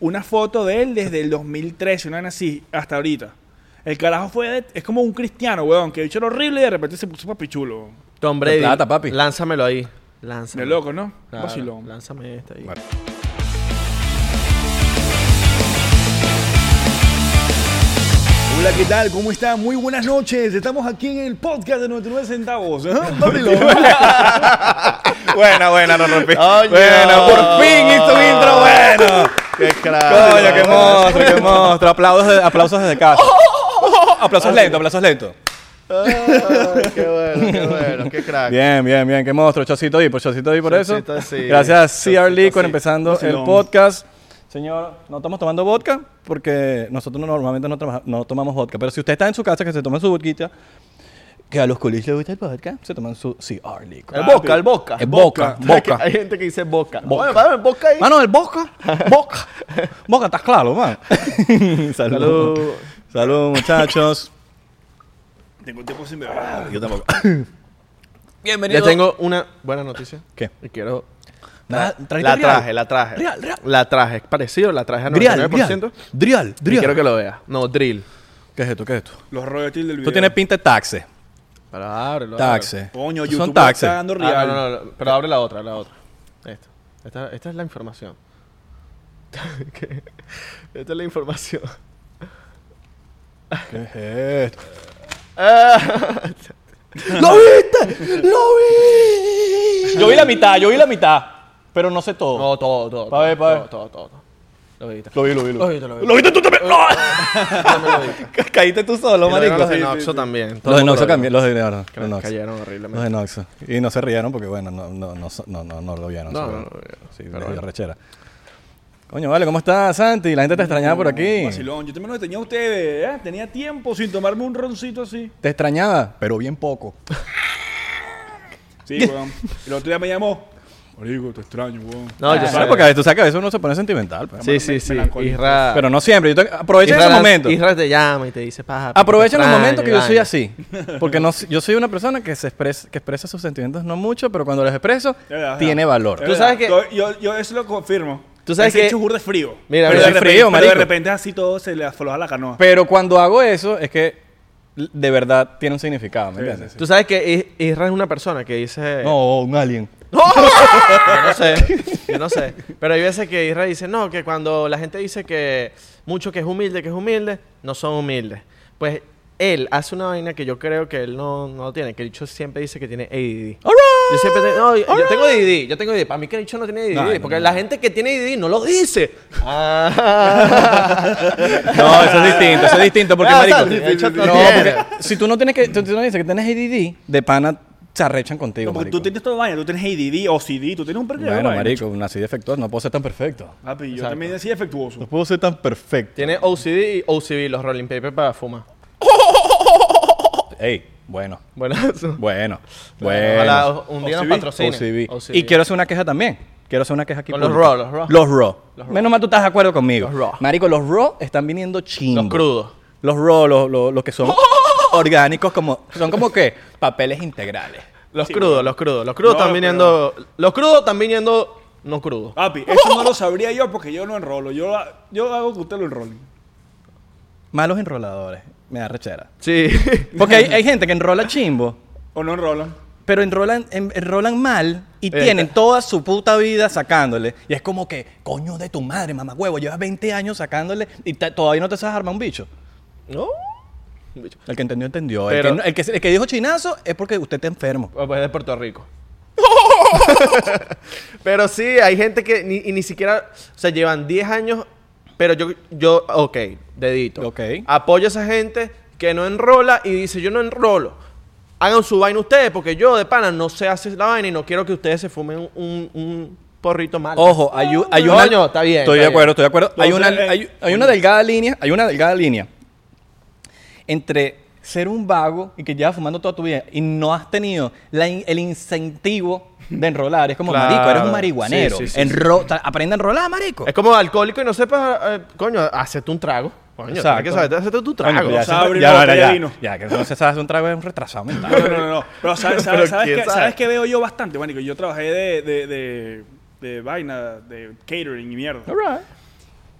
una foto de él desde el 2013, una vaina así, hasta ahorita. El carajo fue. de- es como un cristiano, weón, que bicho era horrible y de repente se puso papi chulo. Tom Brady. La plata, papi. Lánzamelo ahí. Lánzamelo. De loco, ¿no? Un Claro, Vacilón. Lánzame este ahí. Vale. Hola, ¿qué tal? ¿Cómo están? Muy buenas noches. Estamos aquí en el podcast de 99 centavos. ¿eh? Papilón. Buena, buena, no rompí. Coño. Bueno, por fin hizo un intro bueno. ¡Qué crack! Coño, qué monstruo, qué monstruo. Aplausos, de- aplausos desde casa. Aplausos lentos, aplausos lentos. Ay, ¡Qué bueno, qué bueno! ¡Qué crack! Bien, bien, bien, qué monstruo. Chocito y por Chocito y por eso. Chocito sí. Gracias a CR Lee Chocito por sí. empezando el Vacilón. podcast. Señor, no estamos tomando vodka porque nosotros no- normalmente no, trama- no tomamos vodka. Pero si usted está en su casa, que se tome su vodka, que a los culis les gusta el vodka, se toman su CR Lee. El boca, el boca. Es boca, boca. Hay gente que dice boca. Boca. Bueno, párame, boca ahí. Mano, el boca, boca, boca, estás claro, man. Salud. Salud. Salud. muchachos. Tengo tiempo sin beber. Ah, Yo tampoco. Ya tengo una buena noticia. ¿Qué? Y quiero... La, La traje, la traje. Real, real. La traje. Es parecido, la traje a 99%. Drial, drial, drial, Y quiero drial. que lo veas. No, drill. ¿Qué es esto? ¿Qué es esto? Los royalties del video. Tú tienes pinta de taxi. Pero ábrelo. Taxi. Coño, Estos YouTube Son taxi. está dando ábrelo. Ah, real. no, no, no, pero abre la otra, la otra. Esta. Esta, esta es la información. ¿Qué? Esta es la información. ¿Qué es esto? Ah, ¡Lo viste! ¡Lo vi! Yo vi la mitad, yo vi la mitad. Pero no sé todo. no, todo, todo. Pa' ver, todo, pa' ver. Todo, todo, todo. Lo viste. Lo vi, lo vi, lo Lo vi. viste, lo viste. Lo viste tú también. ¡No! Caíste tú solo, Lo vieron marico. Los de Sí, Noxo sí, sí. también. Todo Los de el mundo Noxo lo vio. también, los de Noxo. Que Cayeron horriblemente. Los de Noxo. Y no se rieron porque, bueno, no, no, no, no, no, no lo vieron. No, se no, ve. no lo vieron. Sí, Pero pero bueno. rechera. Coño, vale, ¿cómo estás, Santi? La gente te extrañaba por aquí. Vacilón, yo también lo tenía a ustedes, ¿eh? Tenía tiempo sin tomarme un roncito así. Te extrañaba, pero bien poco. Sí, weón. El otro día me llamó. Marico, te extraño, weón. No, yo Claro, sé. Ah, porque a veces, tú sabes que a veces uno se pone sentimental. pues. Sí, sí, sí. melancólico. Isra. Pero no siempre. Yo te- Aprovecha Isra esos lanza- momentos. Isra te llama y te dice, paja. Aprovecha los extraño, momentos que yo soy vaina". así. Porque no, yo soy una persona que, se expresa, que expresa sus sentimientos no mucho, pero cuando los expreso, Es verdad, es tiene verdad. valor. Es Tú verdad. sabes que- Yo, yo, yo eso lo confirmo. Tú sabes Ese que- hecho burda es frío. pero, Mira, mira. de Soy repente, frío, pero de marico. repente así todo se le afloja la canoa. Pero cuando hago eso, es que l- de verdad tiene un significado, ¿me Sí, entiendes? sí, Tú sabes que I- Isra es una persona que dice. No, un alien. Yo no sé. Yo no sé. Pero hay veces que Isra dice, no, que cuando la gente dice que mucho que es humilde, que es humilde, no son humildes. Pues él hace una vaina que yo creo que él no, no tiene. Que el dicho siempre dice que tiene ADD. Yo siempre tengo, no, yo, yo tengo DD, yo tengo DD. Para mí que el dicho no tiene DD, No, no, porque no. la gente que tiene DD no lo dice. No, eso es distinto, eso es distinto porque, Ah, marico, sale, el chat no no, tiene. porque si tú no tienes que, tú, tú no dices que tienes ADD, de pana se arrechan contigo, No, porque marico. tú tienes todo vaina. Tú tienes ADD, OCD, tú tienes un periodo. Bueno, marico, nací defectuoso, no puedo ser tan perfecto. Papi, yo Exacto. también decía defectuoso. puedo ser tan perfecto. tiene OCD y OCB, los rolling paper para fumar. Ey, bueno, Bueno, bueno, ojalá bueno. un día nos OCB, patrocinen. OCB. OCB. Y quiero hacer una queja también. Quiero hacer una queja aquí. Con los pública. raw, los raw. Los raw. Menos mal tú estás de acuerdo conmigo. Los raw. Marico, los raw están viniendo chingos. Los crudos. Los raw, los, los- los que son orgánicos, como son como que papeles integrales. Los crudos, los crudos. Los crudos No, están pero- viniendo. Los crudos están viniendo no crudos. Ah. Papi, eso no lo sabría yo porque yo no enrolo. Yo, yo hago que usted lo enrole. Malos enroladores. Me da rechera. Sí. Porque hay, hay gente que enrola chimbo, O no enrolan. pero enrolan, en- enrolan mal y Esta. tienen toda su puta vida sacándole. Y es como que, coño de tu madre, mamá huevo, llevas 20 años sacándole y ta- todavía no te sabes armar un bicho. no. Un bicho. El que entendió, entendió. El Pero- que no- el, que, el que dijo chinazo es porque usted está enfermo. Pues es de Puerto Rico. pero sí, hay gente que ni, y ni siquiera. O sea, llevan 10 años. Pero yo, yo, ok, dedito. Ok. Apoyo a esa gente que no enrola y dice, yo no enrolo. Hagan su vaina ustedes, porque yo de pana no sé hacer la vaina y no quiero que ustedes se fumen un, un porrito mal. Ojo, hay, u- hay una... Coño, está bien, Estoy está de acuerdo, bien. estoy de acuerdo. Hay una, Entonces, eh, hay, hay una delgada línea, hay una delgada línea entre ser un vago y que llevas fumando toda tu vida y no has tenido la in- el incentivo de enrolar. Es como, Claro. marico, eres un marihuanero. Sí, sí, sí, Enro- o sea, Aprende a enrolar, marico. Es como alcohólico y no sepas, eh, coño, hacerte un trago. Coño, Exacto. tienes que saber, hacerte tu trago. Coño, pero O sea, siempre- abrir ya, una ahora botella ya, de vino. ya, que no se sabe hacer un trago es un retrasado mental. No, no, no, no. Pero sabes, sabes, Pero sabes quién que, sabe. sabes que veo yo bastante, marico. Yo trabajé de, de, de, de vaina, de catering y mierda. All right.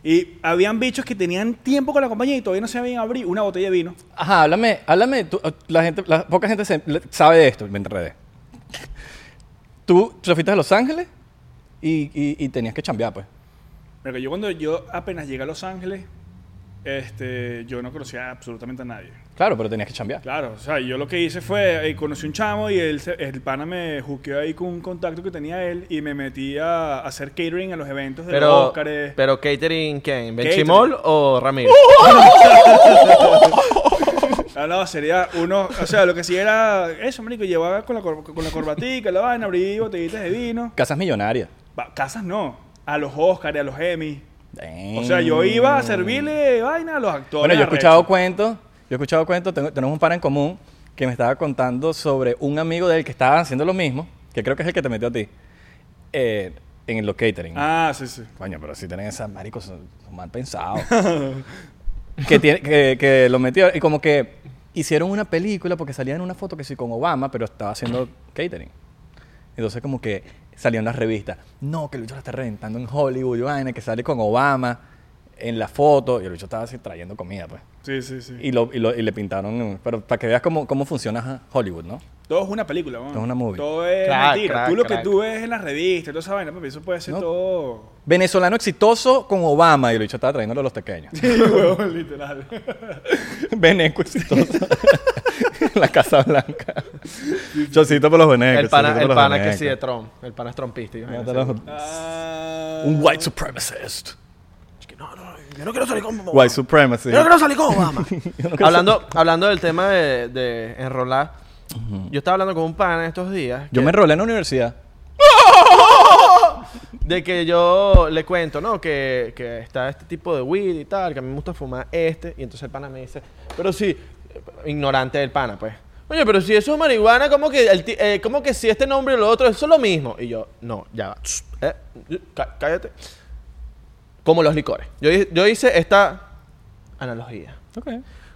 Y habían bichos que tenían tiempo con la compañía y todavía no sabían abrir una botella de vino. Ajá, háblame, háblame. tú- eh, la gente, la, poca gente se- le- sabe de esto. Me enredé. Tú te fuiste a Los Ángeles y, y- y tenías que chambear, pues. Pero yo cuando yo apenas llegué a Los Ángeles, este, yo no conocía absolutamente a nadie. Claro, pero tenías que chambear. Claro, o sea, yo lo que hice fue, eh, conocí un chamo y él, se- el pana me juqueó ahí con un contacto que tenía él y me metí a, a hacer catering a los eventos de los Pero, Óscares. pero catering, Catering. ¿quién? ¿Benchimol o Ramiro? Ah, no, sería uno, o sea, lo que sí era eso, marico, llevaba con la, cor- con la corbatica, la vaina, abrí botellitas de vino. Casas millonarias. Va, casas no, a los Óscares, a los Emmy. Damn. O sea, yo iba a servirle vaina a los actores. Bueno, yo he arrechos. escuchado cuentos. Yo he escuchado cuentos. tengo- tenemos un pana en común que me estaba contando sobre un amigo del que estaba haciendo lo mismo, que creo que es el que te metió a ti, eh, en los catering. Ah, sí, sí. Coño, pero si tienen esas maricos son son mal pensados. que, tiene, que, que lo metió y como que hicieron una película porque salían una foto que sí con Obama, pero estaba haciendo catering. Entonces como que salieron las revistas. No, que el bicho la está reventando en Hollywood, y vaina, que sale con Obama en la foto. Y el bicho estaba así trayendo comida, pues. Sí, sí, sí. Y, lo, y, lo- y le pintaron, pero para que veas cómo, cómo funciona ajá, Hollywood, ¿no? Todo es una película, weón. Todo es una movie. Todo es Crack, mentira. crack, tú lo crack. que tú ves en las revistas, toda esa vaina, papi, eso puede ser No. todo. Venezolano exitoso con Obama y el bicho estaba trayéndolo a los pequeños. Huevón, literal. Veneco exitoso. la Casa Blanca. Chocito por los venecos. El pana, chocito el por los pana que venecos. sí de Trump. El pana es trompista. yo Mátalo. no sé. Ah, Un white supremacist. Es que No, no, yo no quiero salir con Obama. White supremacy. Yo no quiero salir con Obama. hablando, hablando del tema de, de enrolar, yo estaba hablando con un pana estos días. Yo que- me enrolé en la universidad. De que yo le cuento, ¿no? Que, que está este tipo de weed y tal, que a mí me gusta fumar este. Y entonces el pana me dice, pero sí, ignorante del pana, pues. Oye, pero si eso es marihuana, ¿cómo que, el ti- eh, cómo que si este nombre o lo otro, eso es lo mismo? Y yo, no, ya va. Tss, eh, cá- cállate. Como los licores. Yo, hi- yo hice esta analogía. Ok.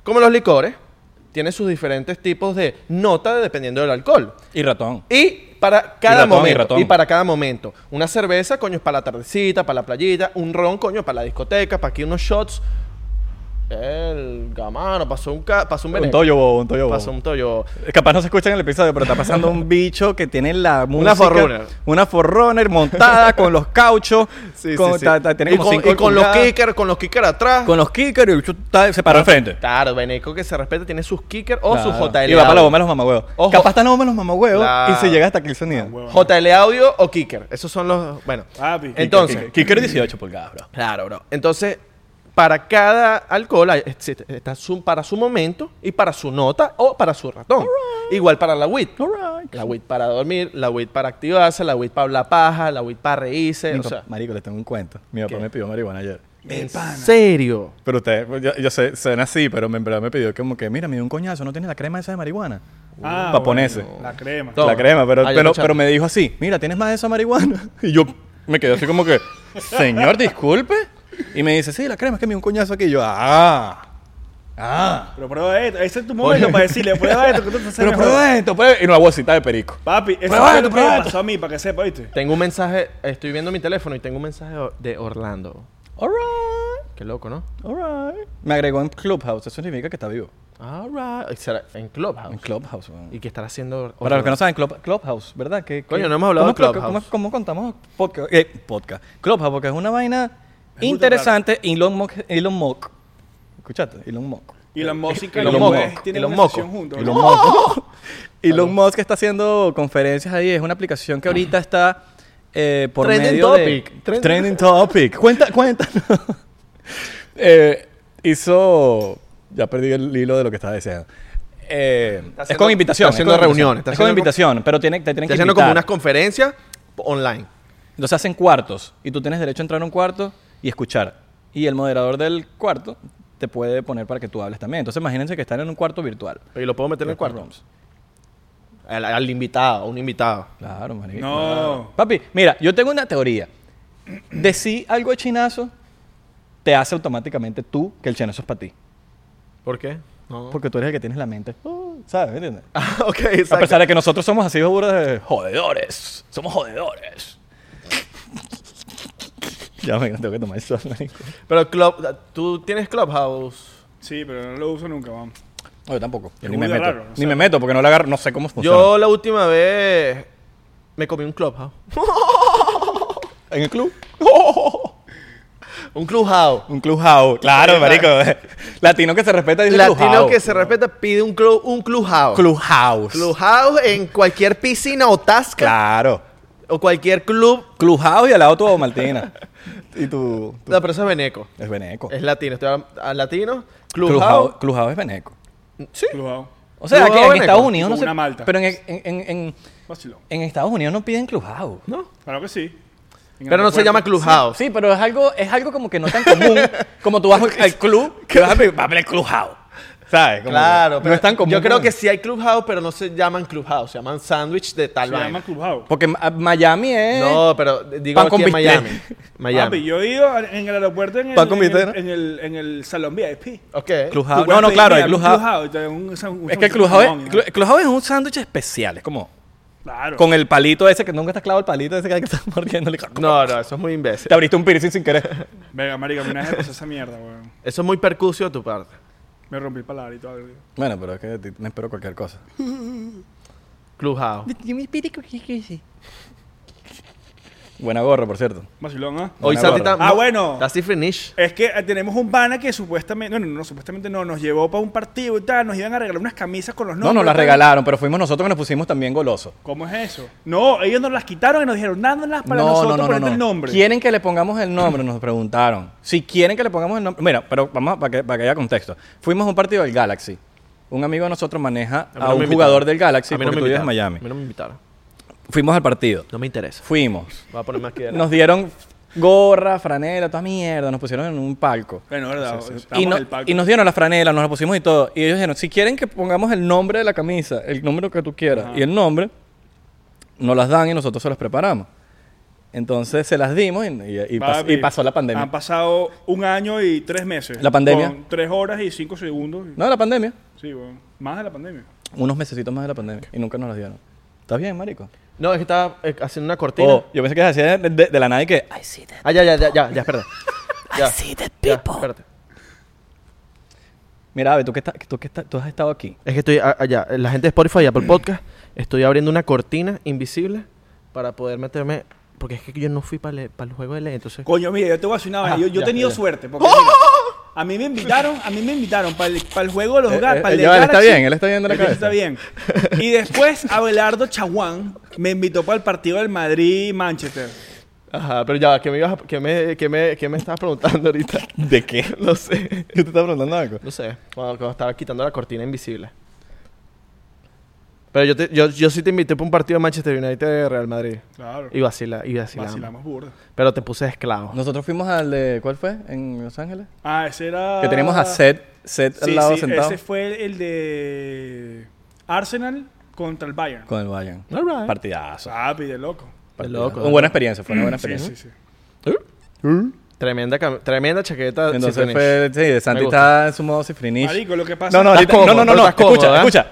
Como los licores, tiene sus diferentes tipos de nota dependiendo del alcohol. Y ratón. Y para cada ratón, y momento. Y, ratón. para cada momento. Una cerveza, coño, es para la tardecita, para la playita. Un ron, coño, para la discoteca. Para aquí unos shots. El gamano pasó un, ca- pasó un Un veneco. toyo bobo, un toyo Pasó bobo. Eh, un toyo. Capaz no se escucha en el episodio, pero está pasando un bicho que tiene la música. forrunner. Una forrunner montada con los cauchos. con, ta- ta- tiene y como con, cinco y con los pulgadas, kickers, con los kickers atrás. Con los kickers y el bicho está- se paró al frente. Claro, veneco que se respeta tiene sus kickers o Claro. sus JL. Y va para la audio. bomba de los mamagüeos. Ojo. Capaz está en la bomba de los mamagüeos Claro. y se llega hasta aquí el sonido. JL audio o kicker. Esos son los. Bueno. Papi. Entonces. Kicker 18 pulgadas, bro. Claro, bro. Entonces, para cada alcohol hay- existe- está su- para su momento y para su nota o para su ratón. Igual para la WIT. La WIT para dormir, la WIT para activarse, la WIT para hablar paja, la WIT para reírse. Mi o papá- sea, Eh, marico, les tengo un cuento. Mi papá ¿Qué? me pidió marihuana ayer. de ¿en pana. serio? Pero ustedes, pues, yo, yo sé, suena así, pero en verdad me pidió como que, mira, me dio un coñazo, ¿no tienes la crema esa de marihuana? Ah, Pa' ponerse. bueno, La crema. Toma. La crema, pero, Ah, yo pero, no chamo. pero me dijo así, mira, ¿tienes más de esa marihuana? Y yo me quedé así como que, señor, disculpe. Y me dice, sí, la crema, es que me dio un coñazo aquí. Y yo, ah, ah. Pero prueba esto. Ese es tu momento para decirle, prueba esto que tú te haces Pero mejor. prueba esto, prueba. Y una bolsita de perico. Papi, eso Prueba fue esto, lo que prueba me esto. pasó a mí, para que sepa, ¿viste? Tengo un mensaje, estoy viendo mi teléfono y tengo un mensaje o- de Orlando. Alright, Qué loco, ¿no? alright. Me agregó en Clubhouse, eso significa que está vivo. Alright. ¿Será en Clubhouse. En Clubhouse, weón. ¿Y qué estará haciendo? Para los que no Orlando? saben, Club- Clubhouse, ¿verdad? Que, Coño, que- no hemos hablado ¿cómo de es- Clubhouse. ¿Cómo, cómo contamos podcast? Eh, podcast. Clubhouse, porque es una vaina interesante. Elon Musk, Elon Musk. Escuchaste, Elon Musk. Y la música Y y los los mocos. jueves Y tienen los una mocos. sesión juntos. Elon Musk. Elon Musk está haciendo conferencias ahí. Es una aplicación que ahorita está eh, por Trending medio topic. de... Trending- Trending Topic. Cuenta, cuéntanos. Eh, hizo... Ya perdí el hilo de lo que estaba diciendo. Eh, es haciendo- con invitación. está haciendo es con invitación. reuniones, está Es con haciendo- invitación, pero tiene, te tienen Está que haciendo como invitar. unas conferencias online. Entonces hacen cuartos y tú tienes derecho a entrar a un cuarto y escuchar. Y el moderador del cuarto te puede poner para que tú hables también. Entonces imagínense que están en un cuarto virtual. ¿Y lo puedo meter en el cuarto? Rooms. Al, al invitado, a un invitado. Claro, marico. No. Papi, mira, yo tengo una teoría. Decir algo de chinazo te hace automáticamente tú que el chinazo es para ti. ¿Por qué? No. Porque tú eres el que tienes la mente. uh, ¿Sabes? ¿Me entiendes? Ah, ok, exacto. A pesar de que nosotros somos así de jodedores. Somos jodedores. Ya me tengo que tomar el sol, marico. Pero club, tú tienes Clubhouse. Sí, pero no lo uso nunca, vamos. No, yo tampoco. Yo Es ni me muy meto. raro, o Ni sea. me meto porque no le agarro. No sé cómo funciona. Yo la última vez me comí un Clubhouse. ¿En el club? un Clubhouse. Un clubhouse. Claro, marico. Latino que se respeta dice Latino clubhouse. que se respeta pide un, club, un Clubhouse. Clubhouse. Clubhouse en cualquier piscina o tasca Claro. o cualquier club. Clubhouse y al lado tu abogado Martina. y tu, tu- La persona es veneco. Es veneco. Es latino. Estoy hablando- a latino. Clubhouse. Clubhouse. Clubhouse es veneco. Sí. Clubhouse. O sea, Clubhouse aquí en veneco. Estados Unidos no Como se... una malta. Pero en, en, en, en- Vacilón. en Estados Unidos no piden clubhouse. No. Claro que sí. En Pero no se aeropuerto. llama Clubhouse. Sí, pero es algo, es algo como que no tan común. como tú vas al- al club, que vas a pedir, vas a pedir clubhouse. ¿Sabes? Como Claro, No es tan común. Yo creo como- que sí hay Clubhouse, pero no se llaman Clubhouse, se llaman sándwich de tal Se vaina. llama Clubhouse. Porque Ma- Miami es... No, pero digo Pan aquí con en bistec. Miami. Papi, Miami. yo he ido al- en el aeropuerto en el, Paco en el, Mitena. en el, en el salón VIP. Ok. Clubhouse. Tú puedes No, no, pedir, claro, mira, el clubhouse. y te dan un- un- Es que el un clubhouse jamón, es, ¿no? clu- el clubhouse es un sándwich especial. Es como... Claro. Con el palito ese que nunca está clavado el palito ese que estás mordiendo. No, no, eso es muy imbécil. Te abriste un piercing sin querer. Venga, marica, una vez me pasó esa mierda, weón. Eso es muy percucio de tu parte. Me rompí el paladar y todo. algo. Bueno, pero es que de ti me espero cualquier cosa. Clubhouse. Buena gorra, por cierto. Vacilón, ¿ah? Hoy Buena Santi gorra. está- Ah, bueno. Está así finish. Es que eh, tenemos un pana que supuestamente, bueno, no, supuestamente no, nos llevó para un partido y tal, nos iban a regalar unas camisas con los No, nombres. nos la tal. regalaron, pero fuimos nosotros que nos pusimos también golosos. ¿Cómo es eso? No, ellos nos las quitaron y nos dijeron, dándolas para nosotros ponerte el nombre. ¿Quieren que le pongamos el nombre? Nos preguntaron. Si quieren que le pongamos el nombre. Mira, pero vamos a- para que, para que haya contexto. Fuimos a un partido del Galaxy. Un amigo de nosotros maneja mí no a, me un invitaron. jugador del Galaxy A mí no porque me tú vives en invitaron. Miami. A mí no me invitaron. Fuimos al partido. No me interesa. Fuimos. Voy a ponerme aquí de Nos dieron gorra, franela, toda mierda. Nos pusieron en un palco. Bueno, verdad, estábamos Y, en no- pues, el palco. y nos dieron la franela, nos la pusimos y todo. Y ellos dijeron, si quieren que pongamos el nombre de la camisa, el número que tú quieras Ajá. y el nombre, nos las dan y nosotros se las preparamos. Entonces se las dimos y, y- y pas- Papi, Ah, y pasó la pandemia. Han pasado un año y tres meses. ¿La pandemia? Con tres horas y cinco segundos. no, la pandemia. Sí, weón. Más de la pandemia. Unos mesecitos más de la pandemia y nunca nos las dieron. ¿Estás bien, marico? No, es que estaba eh, haciendo una cortina. Oh, yo pensé que hacía de, de- de la nada y que... "Ay, sí, Ah, ya, ya, ya, ya, ya, espérate. Ya. Ya, espérate. Mira, Ave, tú, que estás- tú, que estás- tú has estado aquí. Es que estoy a- allá, la gente de Spotify y Apple Podcast, estoy abriendo una cortina invisible para poder meterme, porque es que yo no fui para el juego de ley, entonces... Coño, mira, yo te voy a decir una vaina. Ajá, Yo, yo he Ah, ya, tenido ya. suerte. Porque, mira, a mí me invitaron, a mí me invitaron para el, para el juego de los Eh, gatos. eh, ya, él está bien, él está bien de la Él Está cabeza. bien. Y después Abelardo Chaguán me invitó para el partido del Madrid-Manchester. Ajá, pero ya, ¿qué me, ibas a- qué me, qué me, qué me estabas preguntando ahorita? ¿De qué? No sé, ¿Yo te estaba preguntando algo? no sé, cuando, cuando estaba quitando la cortina invisible. Pero yo, te- yo, yo sí te invité para un partido de Manchester United de Real Madrid. Claro. Y vacila, y vacilamos. Vacilamos burda. Pero te puse esclavo. Nosotros fuimos al de... ¿Cuál fue? ¿En Los Ángeles? Ah, ese era... Que tenemos a Seth, Seth Sí, al lado sí, sentado. ese fue el de Arsenal contra el Bayern. Con el Bayern. All right. Partidazo. Sapi, de loco. De partidazo. loco. Una buena experiencia, fue una buena Sí, experiencia. sí, sí. Tremenda, cam- tremenda chaqueta. Entonces Sinfonich. fue, sí, de Santi gusta. está en su modo Sifrinish. Marico, lo que pasa... No, no, Estás ahorita- cómodo, no, no, no, pero no, estás cómodo, escucha, ¿eh? escucha.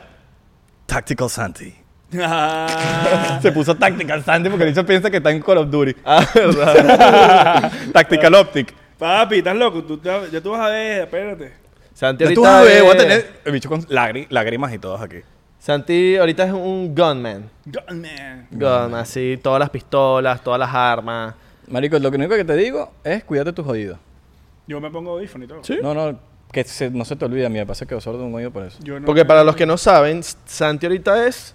Tactical Santi. Ah, Se puso Tactical Santi porque Licho piensa que está en Call of Duty. Ah, ¿verdad? Tactical Optic. papi, estás loco. Tú te- ya tú vas a ver, espérate. Santi Ya ahorita tú vas a ver, es- voy a tener el bicho con lagri- lágrimas y todos aquí. Santi ahorita es un gunman. Gunman. Gun, así, todas las pistolas, todas las armas. Marico, lo único que te digo es cuídate tus oídos. Yo me pongo audífono y todo. No, no, que se- no se te olvide. A mí me pasa que quedo sordo de un oído por eso. Yo no- Porque para los que no saben, S- Santi ahorita es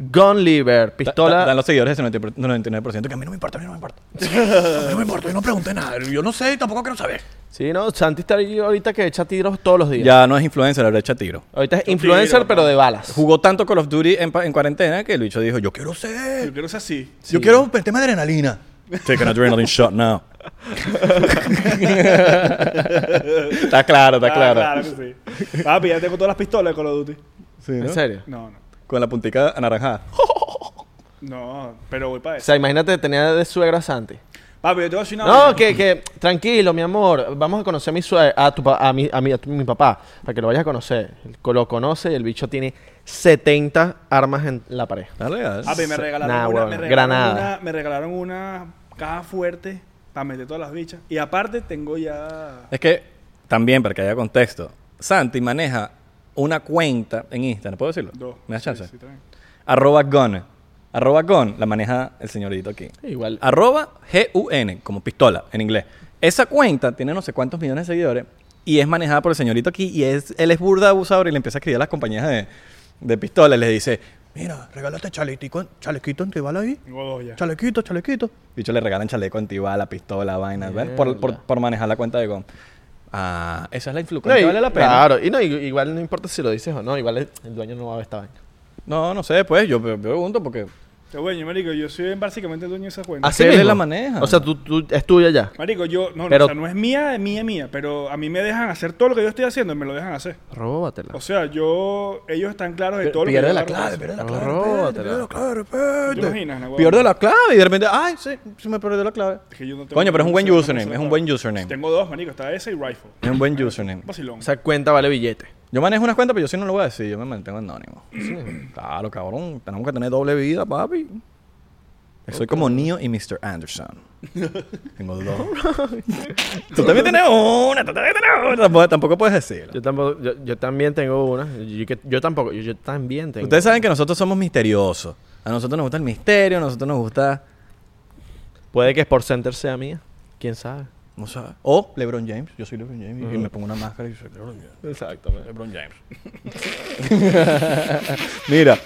gun lever, Da- da- Dan pistola. los seguidores ese 90%, 99% que a mí no me importa, a mí no me importa. A mí no me importa, yo no pregunté nada. Yo no sé y tampoco quiero saber. Sí, no, Santi está ahí ahorita que echa tiros todos los días. Ya no es influencer, ahora echa tiro. Ahorita es Yo influencer, tiro, pero de balas. Jugó tanto Call of Duty en, pa- en cuarentena que el bicho dijo, yo quiero ser. Yo quiero ser así. Sí. Yo quiero meterme adrenalina. Take an adrenaline shot now. está claro, está Ah, claro. que sí. Papi, ya tengo todas las pistolas de Call of Duty. Sí, ¿no? ¿En serio? No, no. Con la puntica anaranjada. No, pero voy para O eso. sea, imagínate tener de suegra a Santi. Papi, yo te voy a decir una No, vaina. que, que tranquilo, mi amor. Vamos a conocer a mi suegra, a, tu, pa- a, mi, a, mi, a tu- mi papá, para que lo vayas a conocer. Lo conoce y el bicho tiene 70 armas en la pared. Dale, dale. Ah, Papi, me regalaron Nah, una, huevón, me regalaron granada. una, me regalaron una caja fuerte para meter todas las bichas. Y aparte tengo ya... Es que, también para que haya contexto, Santi maneja una cuenta en Instagram, ¿puedo decirlo? Dos. ¿Me das Sí, chance? sí, también. Arroba gun. Arroba gun la maneja el señorito aquí. Igual. Arroba G-U-N, como pistola en inglés. Esa cuenta tiene no sé cuántos millones de seguidores y es manejada por el señorito aquí y es, él es burda abusador y le empieza a escribir a las compañías de, de pistola y les dice, mira, regálate chalequito, chalequito antibala ahí. Tengo dos ya. Chalequito, chalequito. Dicho, le regalan chaleco antibala, pistola, vaina, ¿ves? Por, Mierda. por, por manejar la cuenta de GOM. Ah, esa es la influencia. No, y- vale la pena. Claro, y no, y- igual no importa si lo dices o no, igual el, el dueño no va a ver esta vaina. No, no sé, pues yo, yo pregunto porque... Te voy, marico, yo soy básicamente dueño de esa cuenta. Así Él mismo. la maneja. O sea, tú, tú- es tuya ya. Marico, yo... No, no, Pero- o sea, no es mía, mía, mía. Pero a mí me dejan hacer todo lo que yo estoy haciendo, me lo dejan hacer. Róbatela. O sea, yo... Ellos están claros de todo lo que Ah, Pierde yo la hago. clave, pierde la clave. Róbatela. pierde la clave, ¿Te pierde. imaginas, Nahuatl? Pierde la clave y de repente, ay, sí, se me perdió la clave. Es que yo no tengo- Coño, pero es un buen no sé username, cómo es se un llama. buen username. Tengo dos, marico. Está ese y Rifle. Es un buen username. Vacilón. Esa cuenta vale billete. Yo manejo unas cuentas, pero yo sí no lo voy a decir, yo me mantengo anónimo. Claro, cabrón, tenemos que tener doble vida, papi. Soy como Neo y Mr. Anderson. Tengo dos. tú también tienes una, tú también tienes una. Tampoco, tampoco puedes decirlo. Yo, tampoco, yo, yo también tengo una. Yo, yo- yo tampoco, yo, yo también tengo. Ustedes saben que nosotros somos misteriosos. A nosotros nos gusta el misterio, a nosotros nos gusta... Puede que Sport Center sea mía. ¿Quién sabe? No sabe. O LeBron James. Yo soy LeBron James y me pongo una máscara y soy LeBron James. Exactamente. LeBron James. Mira,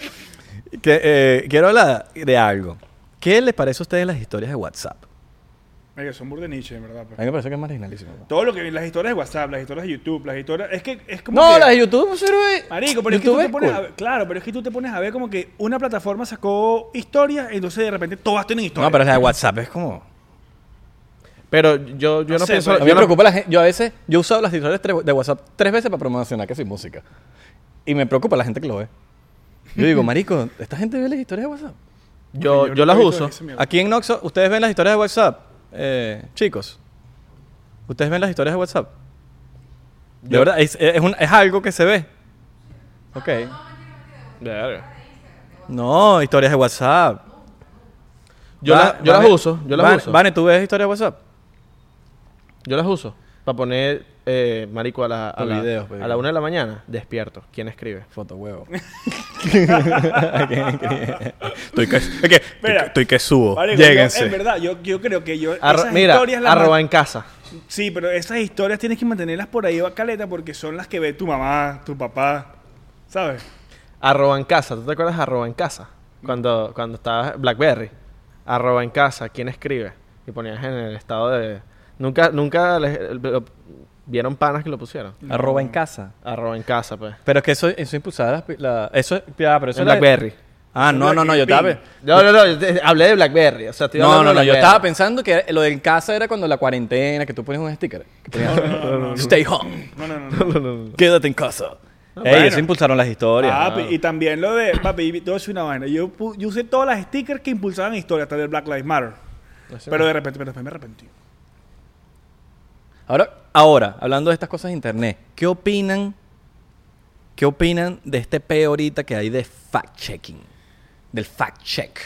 que, eh, quiero hablar de algo. ¿Qué les parece a ustedes las historias de WhatsApp? Marico, son burde niche, en verdad. pues. A mí me parece que es marginalísimo. Todo lo que las historias de WhatsApp, las historias de YouTube, las historias. Es que es como. No, que- las de YouTube no sirve. Marico, pero es que tú YouTube te pones cool. a ver. Claro, pero es que tú te pones a ver como que una plataforma sacó historias, entonces de repente todas tienen historias. No, pero las de WhatsApp es como... Pero yo, yo no, No sé, pienso. pero- A yo mí me no- preocupa la gente. Yo a veces, yo he usado las historias tres- de WhatsApp tres veces para promocionar que soy música. Y me preocupa la gente que lo ve. Yo digo, marico, ¿esta gente ve las historias de WhatsApp? yo- Yo yo las nunca he uso. visto Mierda. Aquí en Noxo, ¿ustedes ven las historias de WhatsApp? Eh, chicos, ¿ustedes ven las historias de WhatsApp? De verdad, es, es un- es algo que se ve. Ok. Verga. No, historias de WhatsApp. Yo, Va- la- yo Vane- las uso. Yo las Vane- uso. Vane, ¿tú ves historias de WhatsApp? Yo las uso. Para poner, eh, marico, a, la, a, Los la- videos, a la una de la mañana, despierto. ¿Quién escribe? Foto huevo. estoy, que, es que- Mira. estoy que subo. Marico, yo- Lléguense. en verdad, yo, yo creo que yo. Arro- esas mira, historias las arroba man- en casa. Sí, pero esas historias tienes que mantenerlas por ahí a caleta porque son las que ve tu mamá, tu papá. ¿Sabes? Arroba en casa. ¿Tú te acuerdas de arroba en casa? Cuando, cuando estaba Blackberry. Arroba en casa. ¿Quién escribe? Y ponías en el estado de... Nunca, nunca les- lo- vieron panas que lo pusieron. Arroba en casa. Arroba en casa, pues. Pero es que eso, eso impulsaba las pi- la- Eso es. ya, pero eso En era- Blackberry. Ah, no, no, no, yo estaba. No, no, no. yo te- hablé de Blackberry. O sea, estoy No, hablando no, de no, yo Blackberry. estaba pensando que lo de en casa era cuando la cuarentena, que tú pones un sticker. que ponías, Stay home, No, no, no. no. quédate en casa. Ey, bueno. eso impulsaron las historias. Ah, pi- y también lo de, papi, yo soy una vaina. Yo, pu- yo usé todas las stickers que impulsaban historias, hasta del Black Lives Matter. Pero de repente, pero después me arrepentí. Ahora, ahora, hablando de estas cosas de internet, ¿qué opinan? ¿Qué opinan de este peo ahorita que hay de fact checking? Del fact check.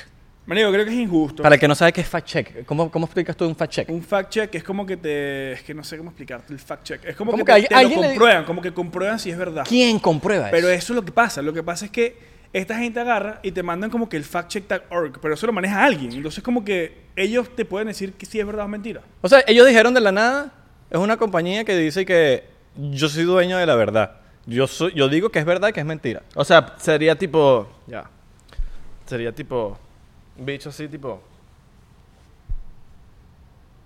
Marico, creo que es injusto. Para el que no sabe qué es fact check, ¿cómo, cómo explicas tú un fact check? Un fact check es como que te. Es que no sé cómo explicarte el fact check. Es como Como que, te, que hay- te lo alguien le- comprueban, como que comprueban si es verdad. ¿Quién comprueba Pero eso? eso es lo que pasa. Lo que pasa es que esta gente agarra y te mandan como que el factcheck.org, pero eso lo maneja alguien. Entonces, como que ellos te pueden decir que si es verdad o es mentira. O sea, ellos dijeron de la nada, es una compañía que dice que yo soy dueño de la verdad. Yo, soy, yo digo que es verdad y que es mentira. O sea, sería tipo... Ya. Sería tipo... Un bicho así, tipo...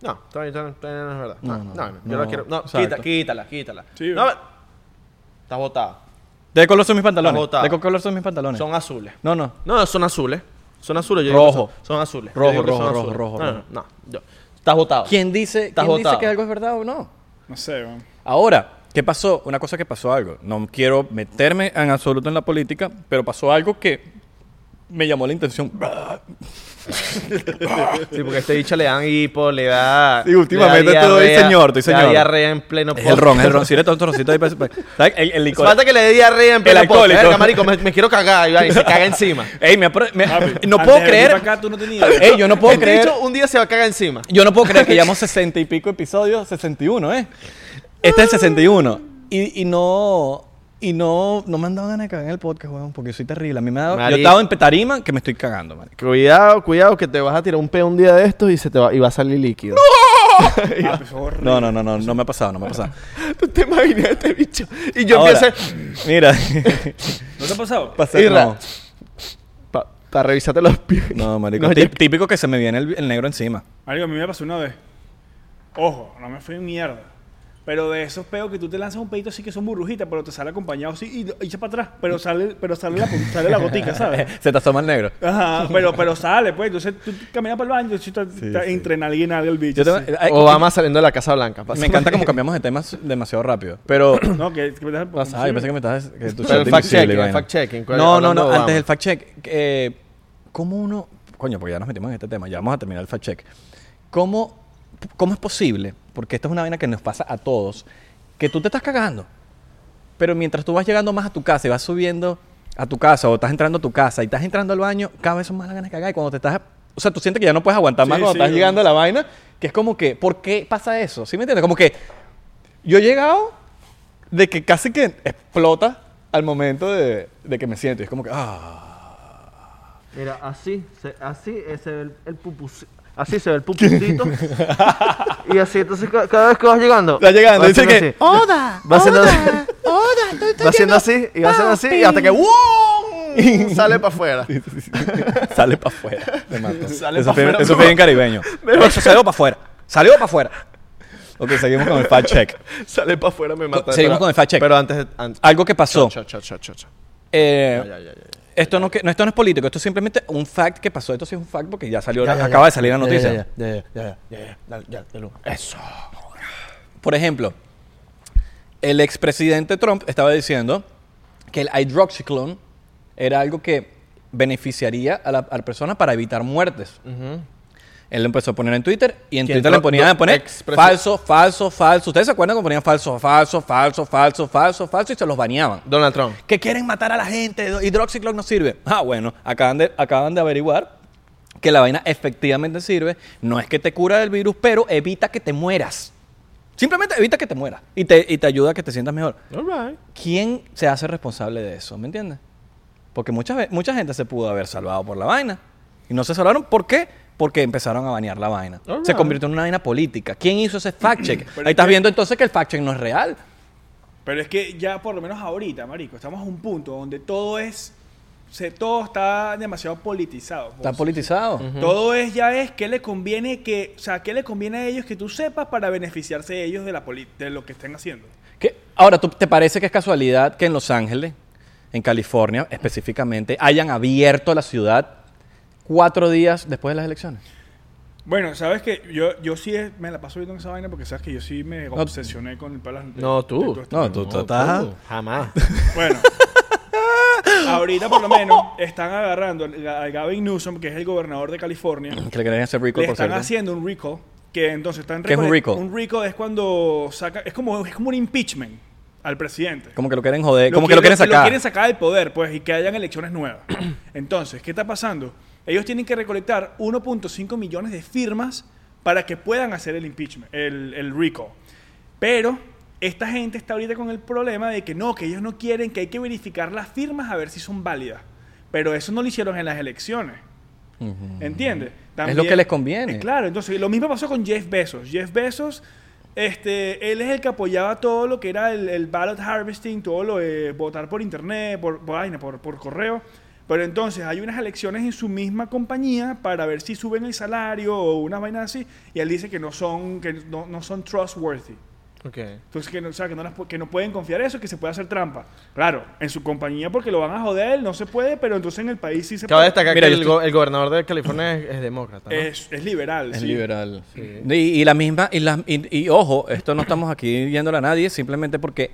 No, todavía no, todavía no es verdad. No, No, no, no, no, yo no, la quiero... No, exacto. quita, quítala, quítala. Sí, no, ¿verdad? estás botado. ¿De qué color son mis pantalones? Agotada. ¿De qué color son mis pantalones? Son azules. No, no. No, son azules. Son azules. Yo digo Rojo. que son, son azules. Yo Rojo, digo que son rojo, rojo, azules. rojo, No, no, rojo. no. yo- Estás botado. ¿Quién dice, Estás quién dice botado. que algo es verdad o no? No sé, weón. Ahora, ¿qué pasó? Una cosa que pasó algo. No quiero meterme en absoluto en la política, pero pasó algo que me llamó la intención. Sí, porque este bicho le dan hipo, le da. Sí, últimamente le da estoy diarrea, señor, estoy le da señor. diarrea en pleno el ron, el ron. Si eres tonto, roncito ahí. pa- pa- ¿Sabes? El, el licor. Falta que le dé diarrea en pleno podcast. alcohólico. Verga, marico, me, me quiero cagar. Y va, y se caga encima. Ey, me, apro- me- Papi, no antes puedo de venir creer. pa' acá, tú no tenías. Ey, yo no puedo Este creer. bicho un día se va a cagar encima. Yo no puedo creer que llevamos sesenta y pico episodios, 61, ¿eh? Este es el 61. Y, y no. Y no, no me han dado ganas de cagar en el podcast, weón, porque soy terrible. A mí me ha dado. Yo Marico. estaba en petarima que me estoy cagando, marico. Cuidado, cuidado, que te vas a tirar un peo un día de estos y se te va, y va a salir líquido. Ah, pues, horrible. No, no, no, no, no me ha pasado, no me ha pasado. ¿Tú te imaginas este bicho? Y yo Ahora, empiezo. Mira, ¿No te ha pasado? pasé- Irra. no, Para revisarte los pies. no, marico. No, tí- yo- Típico que se me viene el, el negro encima. Marico, a mí me pasó una vez. Ojo, no me fui mierda. Pero de esos peos que tú te lanzas un pedito así que son burbujitas, pero te sale acompañado así y- y echa para atrás, pero sale, pero sale la pu- sale la gotica, ¿sabes? Se te asoma el negro. Ajá, pero, pero sale, pues. Entonces tú caminas para el baño y tú estás estás entre nalga y nalga el bicho. Yo tengo- así. ay, Obama saliendo de la Casa Blanca. Me encanta como cambiamos de temas demasiado rápido. Pero. No, que, que me dejas- Ah, yo pensé que me estabas. Que tu Pero shot el de fact invisible, checking, vaina. el fact checking. ¿cuál- No, no, hablando no. de Antes Obama? del fact check. eh, ¿Cómo uno. Coño, porque ya nos metimos en este tema. Ya vamos a terminar el fact check. ¿Cómo, ¿Cómo es posible? Porque esta es una vaina que nos pasa a todos. Que tú te estás cagando. Pero mientras tú vas llegando más a tu casa y vas subiendo a tu casa o estás entrando a tu casa y estás entrando al baño, cada vez son más las ganas de cagar. Y cuando te estás. O sea, tú sientes que ya no puedes aguantar más Sí, cuando sí, estás yo- llegando a la vaina. Que es como que. ¿Por qué pasa eso? ¿Sí me entiendes? Como que. Yo he llegado de que casi que explota al momento de, de que me siento. Y es como que, ah. Mira, así, se- así eh, se ve el, el pupus- Así se ve el pupusito. y así, entonces ca- cada vez que vas llegando. Está llegando, vas dice haciendo que- así. Va haciendo así. Va haciendo así, y va haciendo así, y hasta que. ¡Wow! Sale para afuera. Sale para afuera. Me mato. Sale eso pa' fue, afuera, eso bro. fue bien caribeño. Eso salió para afuera. Salió para afuera. Ok, seguimos con el fact check. Sale para afuera, me mata. Seguimos Pero- con el fact check. Pero antes. de- an- Algo que pasó. Cho, cho, cho, cho, cho. Eh, Ya, ya, ya, ya. esto, no, que- no, esto no es político, esto es simplemente un fact que pasó. Esto sí es un fact porque ya salió, acaba de salir la noticia. Eso. Por ejemplo, el expresidente Trump estaba diciendo que el hydroxyclone era algo que beneficiaría a la, a la persona para evitar muertes. Él lo empezó a poner en Twitter y en ¿Quién? Twitter le Do- ponían do- a poner expresi- falso, falso, falso. ¿Ustedes se acuerdan cuando ponían falso, falso, falso, falso, falso, falso y se los baneaban? Donald Trump. Que quieren matar a la gente, hidroxiclón no sirve. Ah, bueno, acaban de, acaban de averiguar que la vaina efectivamente sirve. No es que te cura del virus, pero evita que te mueras. Simplemente evita que te mueras y te, y te ayuda a que te sientas mejor. ¿Quién se hace responsable de eso? ¿Me entiendes? Porque mucha, ve- mucha gente se pudo haber salvado por la vaina. Y no se salvaron. ¿Por qué? Porque empezaron a banear la vaina. Alright. Se convirtió en una vaina política. ¿Quién hizo ese fact-check? Pero es Ahí estás que- viendo entonces que el fact-check no es real. Pero es que ya por lo menos ahorita, marico, estamos a un punto donde todo es... se- todo está demasiado politizado. Está O sea, politizado. Todo es ya es qué le conviene que, o sea, qué le conviene a ellos que tú sepas para beneficiarse ellos de la poli- de lo que estén haciendo. ¿Qué? Ahora, ¿tú, ¿te parece que es casualidad que en Los Ángeles, en California específicamente, hayan abierto la ciudad cuatro días después de las elecciones? Bueno, sabes que yo, yo sí es- me la paso viendo en esa vaina porque sabes que yo sí me obsesioné con el palas. No, tú. Pues No, tú, tú, Jamás. este- Bueno. ahorita por lo menos están agarrando a Gavin Newsom, que es el gobernador de California. Que le querían hacer rico, le por están cierto. haciendo un recall que entonces están ¿Qué es un recole- recall? un recall es cuando saca es como es como un impeachment al presidente Como que lo quieren joder, Lo como que lo quieren- quieren lo sacar. quieren sacar del poder pues y que hayan elecciones nuevas entonces qué está pasando ellos tienen que recolectar 1.5 millones de firmas para que puedan hacer el impeachment el, el recall pero esta gente está ahorita con el problema de que no que ellos no quieren que hay que verificar las firmas a ver si son válidas pero eso no lo hicieron en las elecciones ¿Entiendes? lo que les conviene. Eh, claro, entonces lo mismo pasó con Jeff Bezos. Jeff Bezos, este, él es el que apoyaba todo lo que era el, el ballot harvesting, todo lo de votar por internet, por, por, vaina, por, por correo. Pero entonces hay unas elecciones en su misma compañía para ver si suben el salario o unas vainas así. Y él dice que no son, que no, no son trustworthy. Ok. Entonces, que no, o sea, que, no las pu- que no pueden confiar eso, que se puede hacer trampa. Claro, en su compañía porque lo van a joder, no se puede, pero entonces en el país sí se Cabe puede. destacar Mira, que yo el, go- el gobernador de California es, es demócrata. ¿no? Es, es liberal. Es sí. liberal. Y, y la misma, y, la- y- y ojo, esto no estamos aquí yéndole a nadie, simplemente porque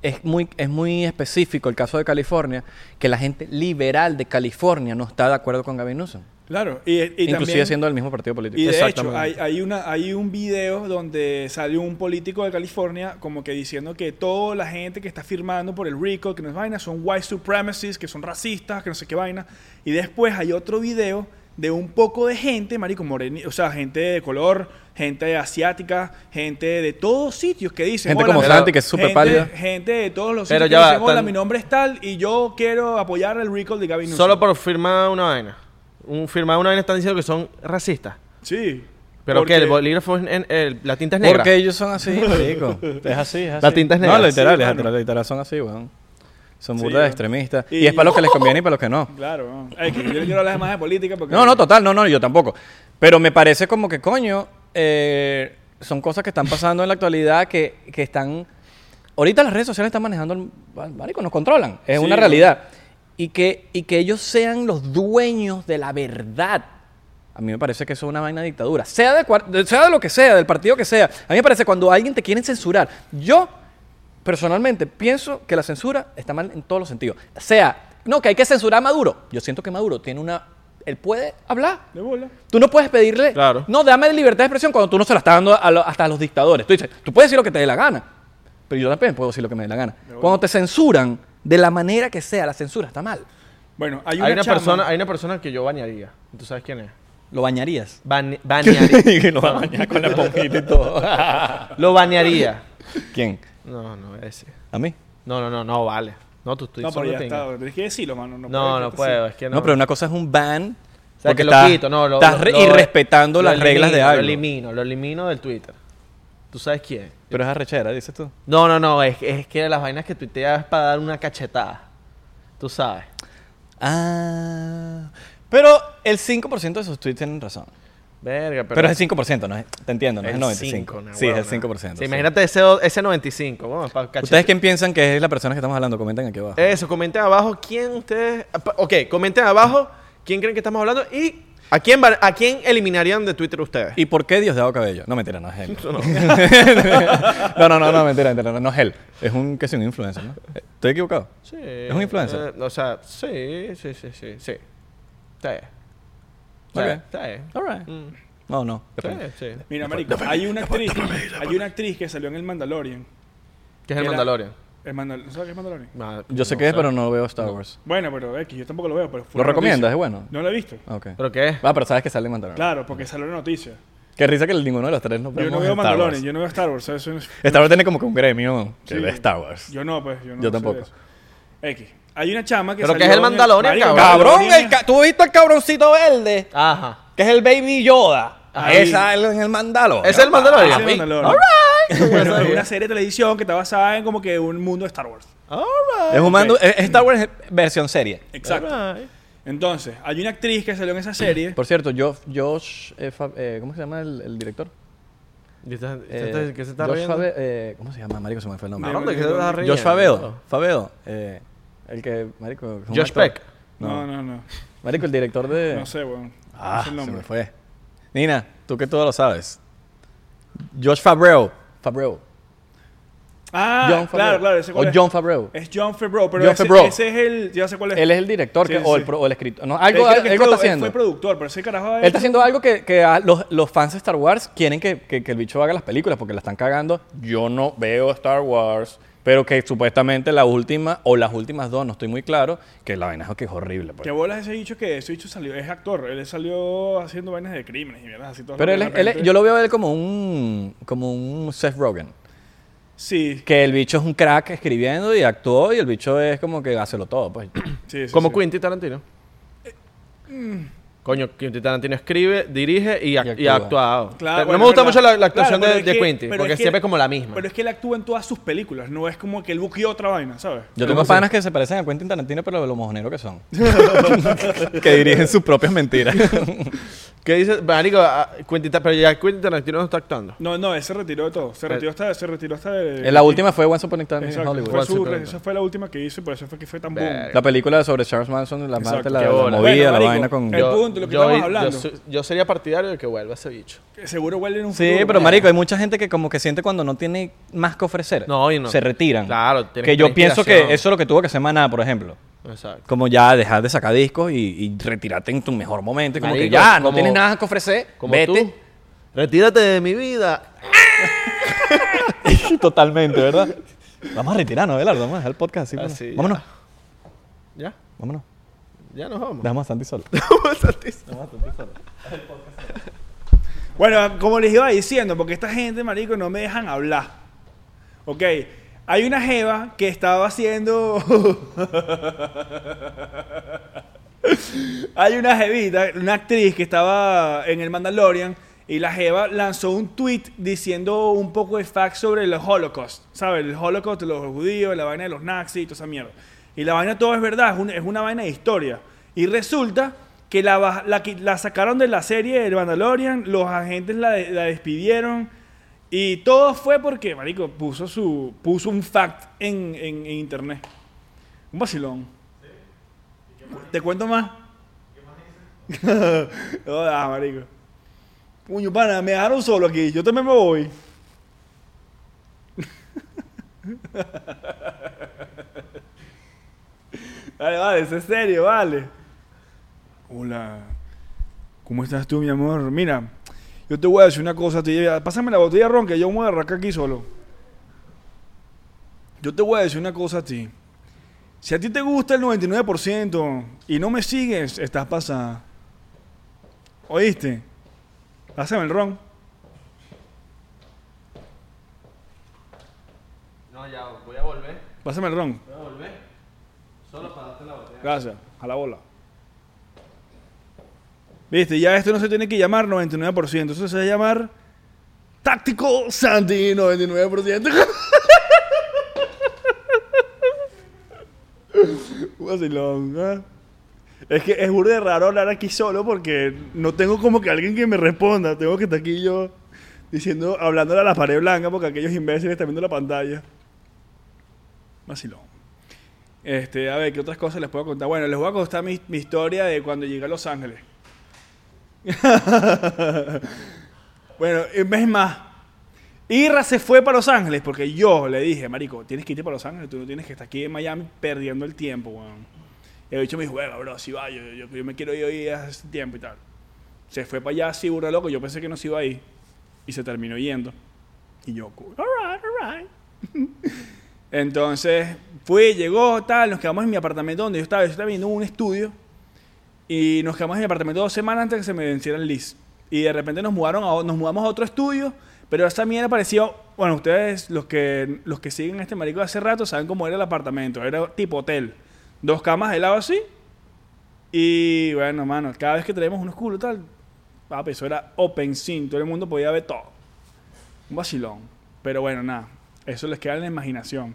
es muy, es muy específico el caso de California, que la gente liberal de California no está de acuerdo con Gavin Newsom. Claro. Y, y inclusive también- siendo del mismo partido político. Y de hecho, Exactamente. hay, hay, una, hay un video donde salió un político de California como que diciendo que toda la gente que está firmando por el RICO, que no es vaina, son white supremacists, que son racistas, que no sé qué vaina. Y después hay otro video de un poco de gente, marico, moreni, o sea, gente de color, gente asiática, gente de todos sitios que dicen... Gente "Hola, como pero- Santi, que es súper gente- pálida". Gente de todos los Pero sitios ya que va, dicen, hola, tan- mi nombre es tal y yo quiero apoyar el RICO de Gavin Newsom. Solo por firmar una vaina. Un, firmar una vaina están diciendo que son racistas. Sí. Pero que el Porque- bolígrafo, es en- el- la tinta es negra. Porque ellos son así, marico. Es así, es así. La tinta es negra. No, literal, Sí, es mano. literal, literal, son así, weón. Son Sí, burdas de weón. extremistas. Y- Y, es para los que les conviene y para los que no. Claro, no. Ay, que yo no quiero hablar más de política porque... No, no, total, no, no, yo tampoco. Pero me parece como que, coño, eh, son cosas que están pasando en la actualidad que, que están... Ahorita las redes sociales están manejando, el- marico, nos controlan, es Sí, una weón. realidad. Y que, y que ellos sean los dueños de la verdad. A mí me parece que eso es una vaina de dictadura. Sea de, cuar- de- sea de lo que sea, del partido que sea. A mí me parece cuando alguien te quieren censurar. Yo, personalmente, pienso que la censura está mal en todos los sentidos. Sea, no, que hay que censurar a Maduro. Yo siento que Maduro tiene una... Él puede hablar. De bola. Tú no puedes pedirle, Claro. no, dame libertad de expresión cuando tú no se la estás dando a lo- hasta a los dictadores. Tú dices, tú puedes decir lo que te dé la gana, pero yo también puedo decir lo que me dé la gana. Cuando te censuran, de la manera que sea, la censura está mal. Bueno, Hay hay una, una, chama- persona, hay una persona que yo bañaría. ¿Tú sabes quién es? Lo bañarías. Bane- banearía. y lo va a bañar con la esponjita y todo. Lo banearía. ¿Quién? No, no, ese. ¿A mí? No, no, no, no, vale. No, tú estoy No, pero solo ya tengo. está. Tienes que decirlo, mano. No, No, puedes- no puedo, es que No, no. pero una cosa es un ban. O sea, que lo estás- quito, no, lo, estás lo- re- lo- irrespetando lo las reglas de elimino, algo. Lo elimino, lo elimino del Twitter. ¿Tú sabes quién? Pero es arrechera, dices tú. No, no, no, es, es que las vainas que tuiteas es para dar una cachetada. Tú sabes. Ah. Pero el 5% de sus tweets tienen razón. Verga, pero. Pero, es el 5%, ¿no? es- Te entiendo, no es el 95. una sí, es el huevona. 5%. Sí, sí. Imagínate ese, o- ese 95. Vamos, para cachete. ¿Ustedes quién piensan que es la persona que estamos hablando? Comenten aquí abajo. Eso, comenten abajo quién ustedes. pa- Ok, comenten abajo quién creen que estamos hablando y a quién, va- a quién eliminarían de Twitter ustedes. ¿Y por qué Diosdado Cabello? No, mentira, no es él. no, no, no, no, mentira, mentira, no, no es él. Es un, que es un influencer, ¿no? Eh, ¿Estoy equivocado? Sí. ¿Es un influencer? eh, o sea, sí, sí, sí, sí. sí. Está bien. Ok. Está- Está bien. All right. Mm, No, no. depende. sí, sí. Mira, marico, hay una actriz, hay una actriz que salió en el Mandalorian. ¿Qué es el Era- Mandalorian? El Mandal- ¿No sabes qué es Mandalorian? Ma- Yo sé qué es, Ah, sé. pero no veo Star Wars. Bueno, pero es que yo tampoco lo veo, pero fue ¿Lo una recomiendas? noticia. ¿Es bueno? No lo he visto. Ah, Ok. ¿Pero qué es? Ah, pero sabes que sale en Mandalorian. Claro, porque salió la noticia. Qué risa que ninguno de los tres no Yo no vemos veo Star Wars. Mandalorian, yo no veo Star Wars. ¿sabes? Eso no es- Star Wars tiene como que un gremio que Sí. ve Star Wars. Yo no, pues. Yo, no Yo sé de tampoco. eso. X. Hay una chama que ¿Pero qué salió es el en Mandalorian, Marico, cabrón? ¡Cabrón! Mandalorian El ca- ¿Tú viste el cabroncito verde? Ajá. Que es el Baby Yoda. Ahí. Esa es en el Mandalorian. Ah, ¿Es el es- Mandalorian? es el Mandalorian. Bueno, es una serie de televisión que está basada en como que un mundo de Star Wars. Es un mando- es- es Star Wars versión serie. Exacto. Entonces, hay una actriz que salió en esa serie. Por cierto, Jo- Josh, eh, Fa- eh, ¿cómo se llama el, el director? Eh, ¿Qué se está Josh riendo? Fabe- eh, ¿Cómo se llama? Marico, se me fue el nombre. No. ¿Dónde? ¿Qué se está riendo? Josh Faveo. Faveo. eh, el que, marico... es un Josh actor. Peck. No, no, No. no. Marico, el director de... No sé, weón. no Ah, sé el se me nombre. fue. Nina, tú que todo lo sabes. Josh Favreau. Favreau. Ah, John Favreau. claro, claro. Ese o cuál es. John Favreau. Es John Favreau, pero Jon ese, Favreau. ese es el. Ya sé cuál es. Él es el director Sí, que- sí, o, el, sí. pro- o el escritor. No, Él algo, creo que es algo produ- está él haciendo. fue productor, pero ese carajo. Él está haciendo algo que, que a los, los fans de Star Wars quieren que, que- que el bicho haga las películas porque la están cagando. Yo no veo Star Wars, pero que supuestamente la última o las últimas dos, no estoy muy claro, que la vaina es que es horrible. pues. Que bolas ese dicho que ese dicho salió. Es actor. Él salió haciendo vainas de crímenes y mierdas así. todas Pero él, es- de él es- repente. yo lo veo a él como un, como un Seth Rogen. Sí, Que el bicho es un crack escribiendo y actuó y el bicho es como que hacelo todo. Pues. sí, sí. Como sí. Quentin Tarantino. Coño, Quentin Tarantino escribe, dirige y, ac- Y y ha actúa. actuado. Claro, Pero bueno, no me gusta es mucho verdad. la, la actuación Claro, pero de, es de que- Quentin, pero porque es que- siempre es como la misma. Pero es que él actúa en todas sus películas. No es como que él buqueó otra vaina, ¿sabes? Yo tengo panas que se parecen a Quentin Tarantino, pero de lo mojoneros que son. que dirigen sus propias mentiras. ¿Qué dices? Marico, ah, Quentin Tar- pero ya Quentin Tarantino no está actuando. No, no, él se retiró de todo. Se Pero- retiró hasta, se retiró hasta de. Eh, La última fue Once Upon a Time in Exacto, Hollywood. fue Once su, Upon a Time. esa fue la última que hizo y por eso fue que fue tan boom. Verga. La película sobre Charles Manson, la, Exacto, parte, la, qué la bola. movida, Bueno, la marico, vaina con... El eh, punto, lo que estamos hablando. su- yo sería partidario de que vuelva ese bicho. Que Seguro huele en un Sí, futuro. pero eh. marico, hay mucha gente que como que siente cuando no tiene más que ofrecer. No, y no. Se retiran. Claro, tienes Que que yo tener pienso que inspiración. eso es lo que tuvo que hacer Maná, por ejemplo. Exacto. Como ya dejar de sacar discos y, y retirarte en tu mejor momento. Y como que Marico, ya, no como- tienes nada que ofrecer, Como tú. vete. Retírate de mi vida. Totalmente, ¿verdad? Vamos a retirarnos, Abelardo. Vamos a dejar el podcast así. pues. Así, Ah, ya. vámonos. Ya, Vámonos. ya nos vamos. Dejamos a Santi solo. Bueno, como les iba diciendo, porque esta gente, marico, no me dejan hablar. Ok. Hay una jeva que estaba haciendo... Hay una jevita, una actriz que estaba en el Mandalorian y la jeva lanzó un tweet diciendo un poco de facts sobre el Holocaust, ¿sabes? El Holocaust de los judíos, la vaina de los nazis y toda esa mierda. Y la vaina todo es verdad, es, un- es una vaina de historia. Y resulta que la, baj- la, qui- la sacaron de la serie del Mandalorian, los agentes la, de- la despidieron y todo fue porque, marico, puso, su, puso un fact en, en- en internet. Un vacilón. ¿Te cuento más? Joda, marico. Puño, pana, me dejaron solo aquí. Yo también me voy. vale, vale, eso es serio, vale. Hola. ¿Cómo estás tú, mi amor? Mira, yo te voy a decir una cosa. a ti. Pásame la botella de ron que yo me voy a arrancar aquí solo. Yo te voy a decir una cosa a ti. Si a ti te gusta el 99% y no me sigues, estás pasada. ¿Oíste? Pásame el ron. No, ya, voy a volver. Pásame el ron. Voy a volver. Solo para darte la botella. Gracias. A la bola. Viste, ya esto no se tiene que llamar 99%. Eso se va a llamar Táctico Santi 99%. Un Vacilón, ¿ah? Es que es burde raro hablar aquí solo porque no tengo como que alguien que me responda. Tengo que estar aquí yo diciendo, hablándole a la pared blanca porque aquellos imbéciles están viendo la pantalla. Vacilón. Este, a ver, ¿qué otras cosas les puedo contar? Bueno, les voy a contar mi, mi historia de cuando llegué a Los Ángeles. bueno, es más, Irra se fue para Los Ángeles porque yo le dije, marico, tienes que irte para Los Ángeles, tú no tienes que estar aquí en Miami perdiendo el tiempo, weón. Y el bicho me dijo, bueno, bro, si va, yo, yo- yo me quiero ir hoy hace tiempo y tal. Se fue para allá así, burro loco, yo pensé que no se iba a ir. Y se terminó yendo. Y yo, cool, alright, alright. Entonces, fue, llegó, tal, nos quedamos en mi apartamento donde yo estaba, yo estaba viendo un estudio y nos quedamos en mi apartamento dos semanas antes de que se me venciera el lease. Y de repente nos mudaron a, o- nos mudamos a otro estudio, pero esa mierda parecía, bueno, ustedes los que los que siguen a este marico de hace rato saben cómo era el apartamento, era tipo hotel, dos camas de lado así. Y bueno, mano, cada vez que traíamos unos culos tal, papi, eso era open scene, todo el mundo podía ver todo. Un vacilón. Pero bueno, nada. Eso les queda en la imaginación.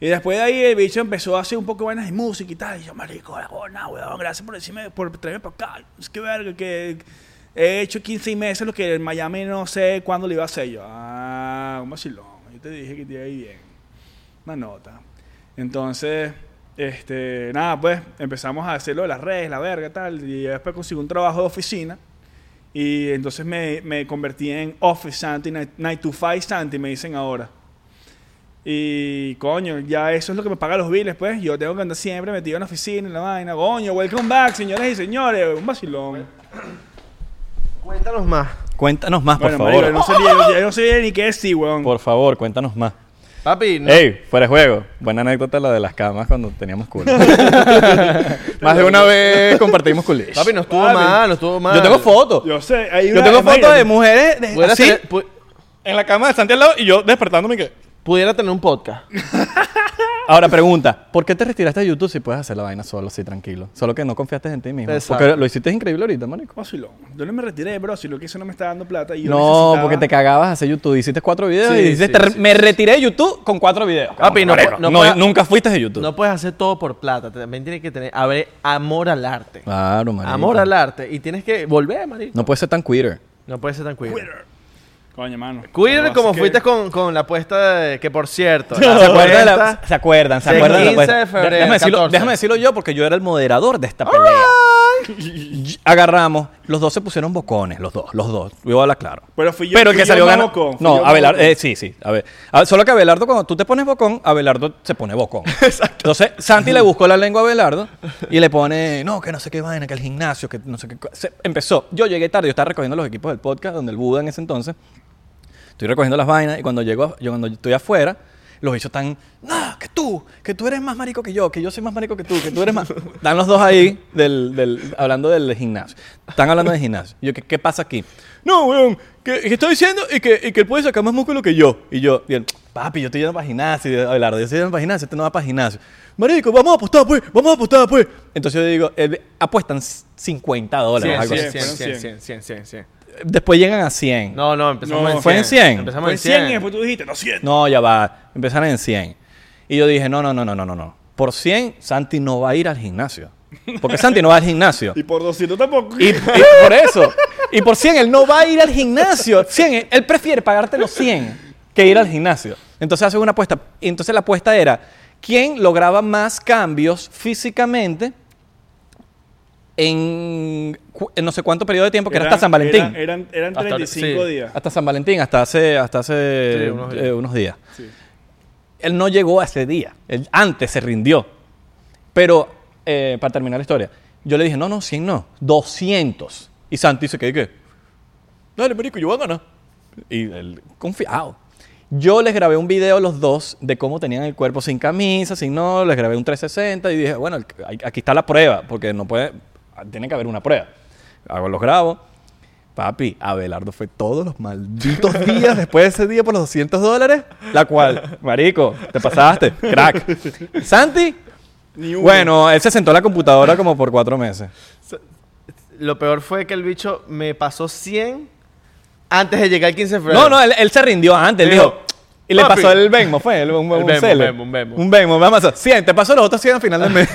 Y después de ahí el bicho empezó a hacer un poco de vainas de música y tal. Y yo, marico, nada, weón, gracias por decirme, por traerme para acá. Es que verga, que he hecho 15 meses lo que en Miami no sé cuándo lo iba a hacer yo. Ah, un vacilón. Yo te dije que te iba a ir bien. Una nota. Entonces, este, nada, pues empezamos a hacerlo de las redes, la verga, tal. Y después conseguí un trabajo de oficina. Y entonces me, me convertí en Office Santi, Night Night to Five Santi, me dicen ahora. Y coño, ya eso es lo que me paga los biles, pues. Yo tengo que andar siempre metido en la oficina, en la vaina. Coño, welcome back, señoras y señores. Un vacilón. Cuéntanos más. Cuéntanos más, por Bueno, favor. marico, no sabía, yo no sabía ni qué decir, weón. Por favor, cuéntanos más. Papi, no. Ey, fuera de juego. Buena anécdota la de las camas cuando teníamos culo. Más de una vez compartimos culis. Papi, no estuvo Papi. mal, no estuvo mal. Yo tengo fotos. Yo, Yo sé, hay una- tengo imagínate, fotos de mujeres de- Pudiera, así, tener, pu- en la cama de Santi al lado y yo despertándome y que... pudiera tener un podcast. Ahora pregunta, ¿por qué te retiraste de YouTube si puedes hacer la vaina solo, así tranquilo? Solo que no confiaste en ti mismo. Exacto. Porque lo hiciste increíble ahorita, marico. Vacilón. Yo no me retiré, bro. Si lo que hice no me está dando plata. Y yo No, necesitaba- porque te cagabas hacer YouTube. Hiciste cuatro videos Sí, y dices, sí, "Te re- sí, me retiré de YouTube con cuatro videos. Papi, no- Marico, no puedo- nunca fuiste de YouTube. No puedes hacer todo por plata. También tienes que tener a ver, amor al arte. Claro, marico. amor al arte. Y tienes que volver, marico. No puedes ser tan quitter. No puedes ser tan cuido. Twitter. Coño, mano. Queer, Así como que- fuiste con, con la apuesta de, que por cierto. ¿Se acuerdan? de la- apuesta- ¿Se acuerdan? ¿Se del acuerdan? de la 15 de apuesta? febrero, déjame, decirlo, 14. déjame decirlo yo porque yo era el moderador de esta pelea. Y- Agarramos, los dos se pusieron bocones, los dos, los dos. Yo voy a hablar claro. Pero fui yo- Pero el fui que yo salió más ganando. bocón, fui yo No, más Abelardo, bocón. eh, sí, sí. A ver. A- Solo que Abelardo, cuando tú te pones bocón, Abelardo se pone bocón. Exacto. Entonces, Santi le buscó la lengua a Abelardo y le pone, no, que no sé qué vaina, que el gimnasio, que no sé qué. co-". Se- empezó. Yo llegué tarde, yo estaba recogiendo los equipos del podcast, donde el Buda en ese entonces estoy recogiendo las vainas y cuando llego, a- yo cuando estoy afuera, los bichos están, no, que tú, que tú eres más marico que yo, que yo soy más marico que tú, que tú eres más. Están los dos ahí del, del, hablando del gimnasio. Están hablando del gimnasio. Y yo, ¿qué, qué pasa aquí? No, weón, que, que estoy diciendo y que, y que él puede sacar más músculo que yo. Y yo, y él, papi, yo estoy yendo para gimnasio. Y yo, Abelardo, yo estoy yendo para gimnasio, este no va para gimnasio. Marico, vamos a apostar, pues, vamos a apostar, pues. Entonces yo digo, él- apuestan 50 dólares. algo así. 100, 100, así. 100, 100, Fueron 100, 100, 100, Después llegan a 100. No, no, empezamos No, en 100. fue en 100. Empezamos Fue en 100 y 100. después tú dijiste 200. No, ya va. Empezaron en 100. Y yo dije, no, no, no, no, no, no, no. Por 100, Santi no va a ir al gimnasio. Porque Santi no va al gimnasio. Y por 200 tampoco. Y, y por eso. Y por 100, él no va a ir al gimnasio. 100, él prefiere pagarte los 100 que ir al gimnasio. Entonces hace una apuesta. Y entonces la apuesta era, ¿quién lograba más cambios físicamente en, cu- en no sé cuánto periodo de tiempo, que era hasta San Valentín? Eran, eran, eran Hasta- 35 sí. días. Hasta San Valentín, hasta hace, hasta hace Sí, unos eh, días. unos días Sí. él no llegó a ese día. Él antes se rindió. Pero, eh, para terminar la historia, yo le dije, no, no, 100 no, 200. Y Santi se quedó y que, dale, marico, yo voy a ganar. Y él, confiado. Yo les grabé un video los dos de cómo tenían el cuerpo sin camisa, sin no, les grabé un 360 y dije, bueno, el- hay- aquí está la prueba, porque no puede, tiene que haber una prueba. Hago los grabo. Papi, Abelardo fue todos los malditos días después de ese día por los 200 dólares. La cual, marico, te pasaste, crack. Santi, Ni uno. bueno, él se sentó a la computadora como por cuatro meses. Lo peor fue que el bicho me pasó 100 antes de llegar al 15 de febrero. No, eh. no, él, él se rindió antes, él dijo... Dijo, Y le papi. pasó el Venmo, fue el, un, un, El un Venmo, celo. Venmo, un Venmo. Un Venmo, me pasó. 100, te pasó los otros 100 al final del mes.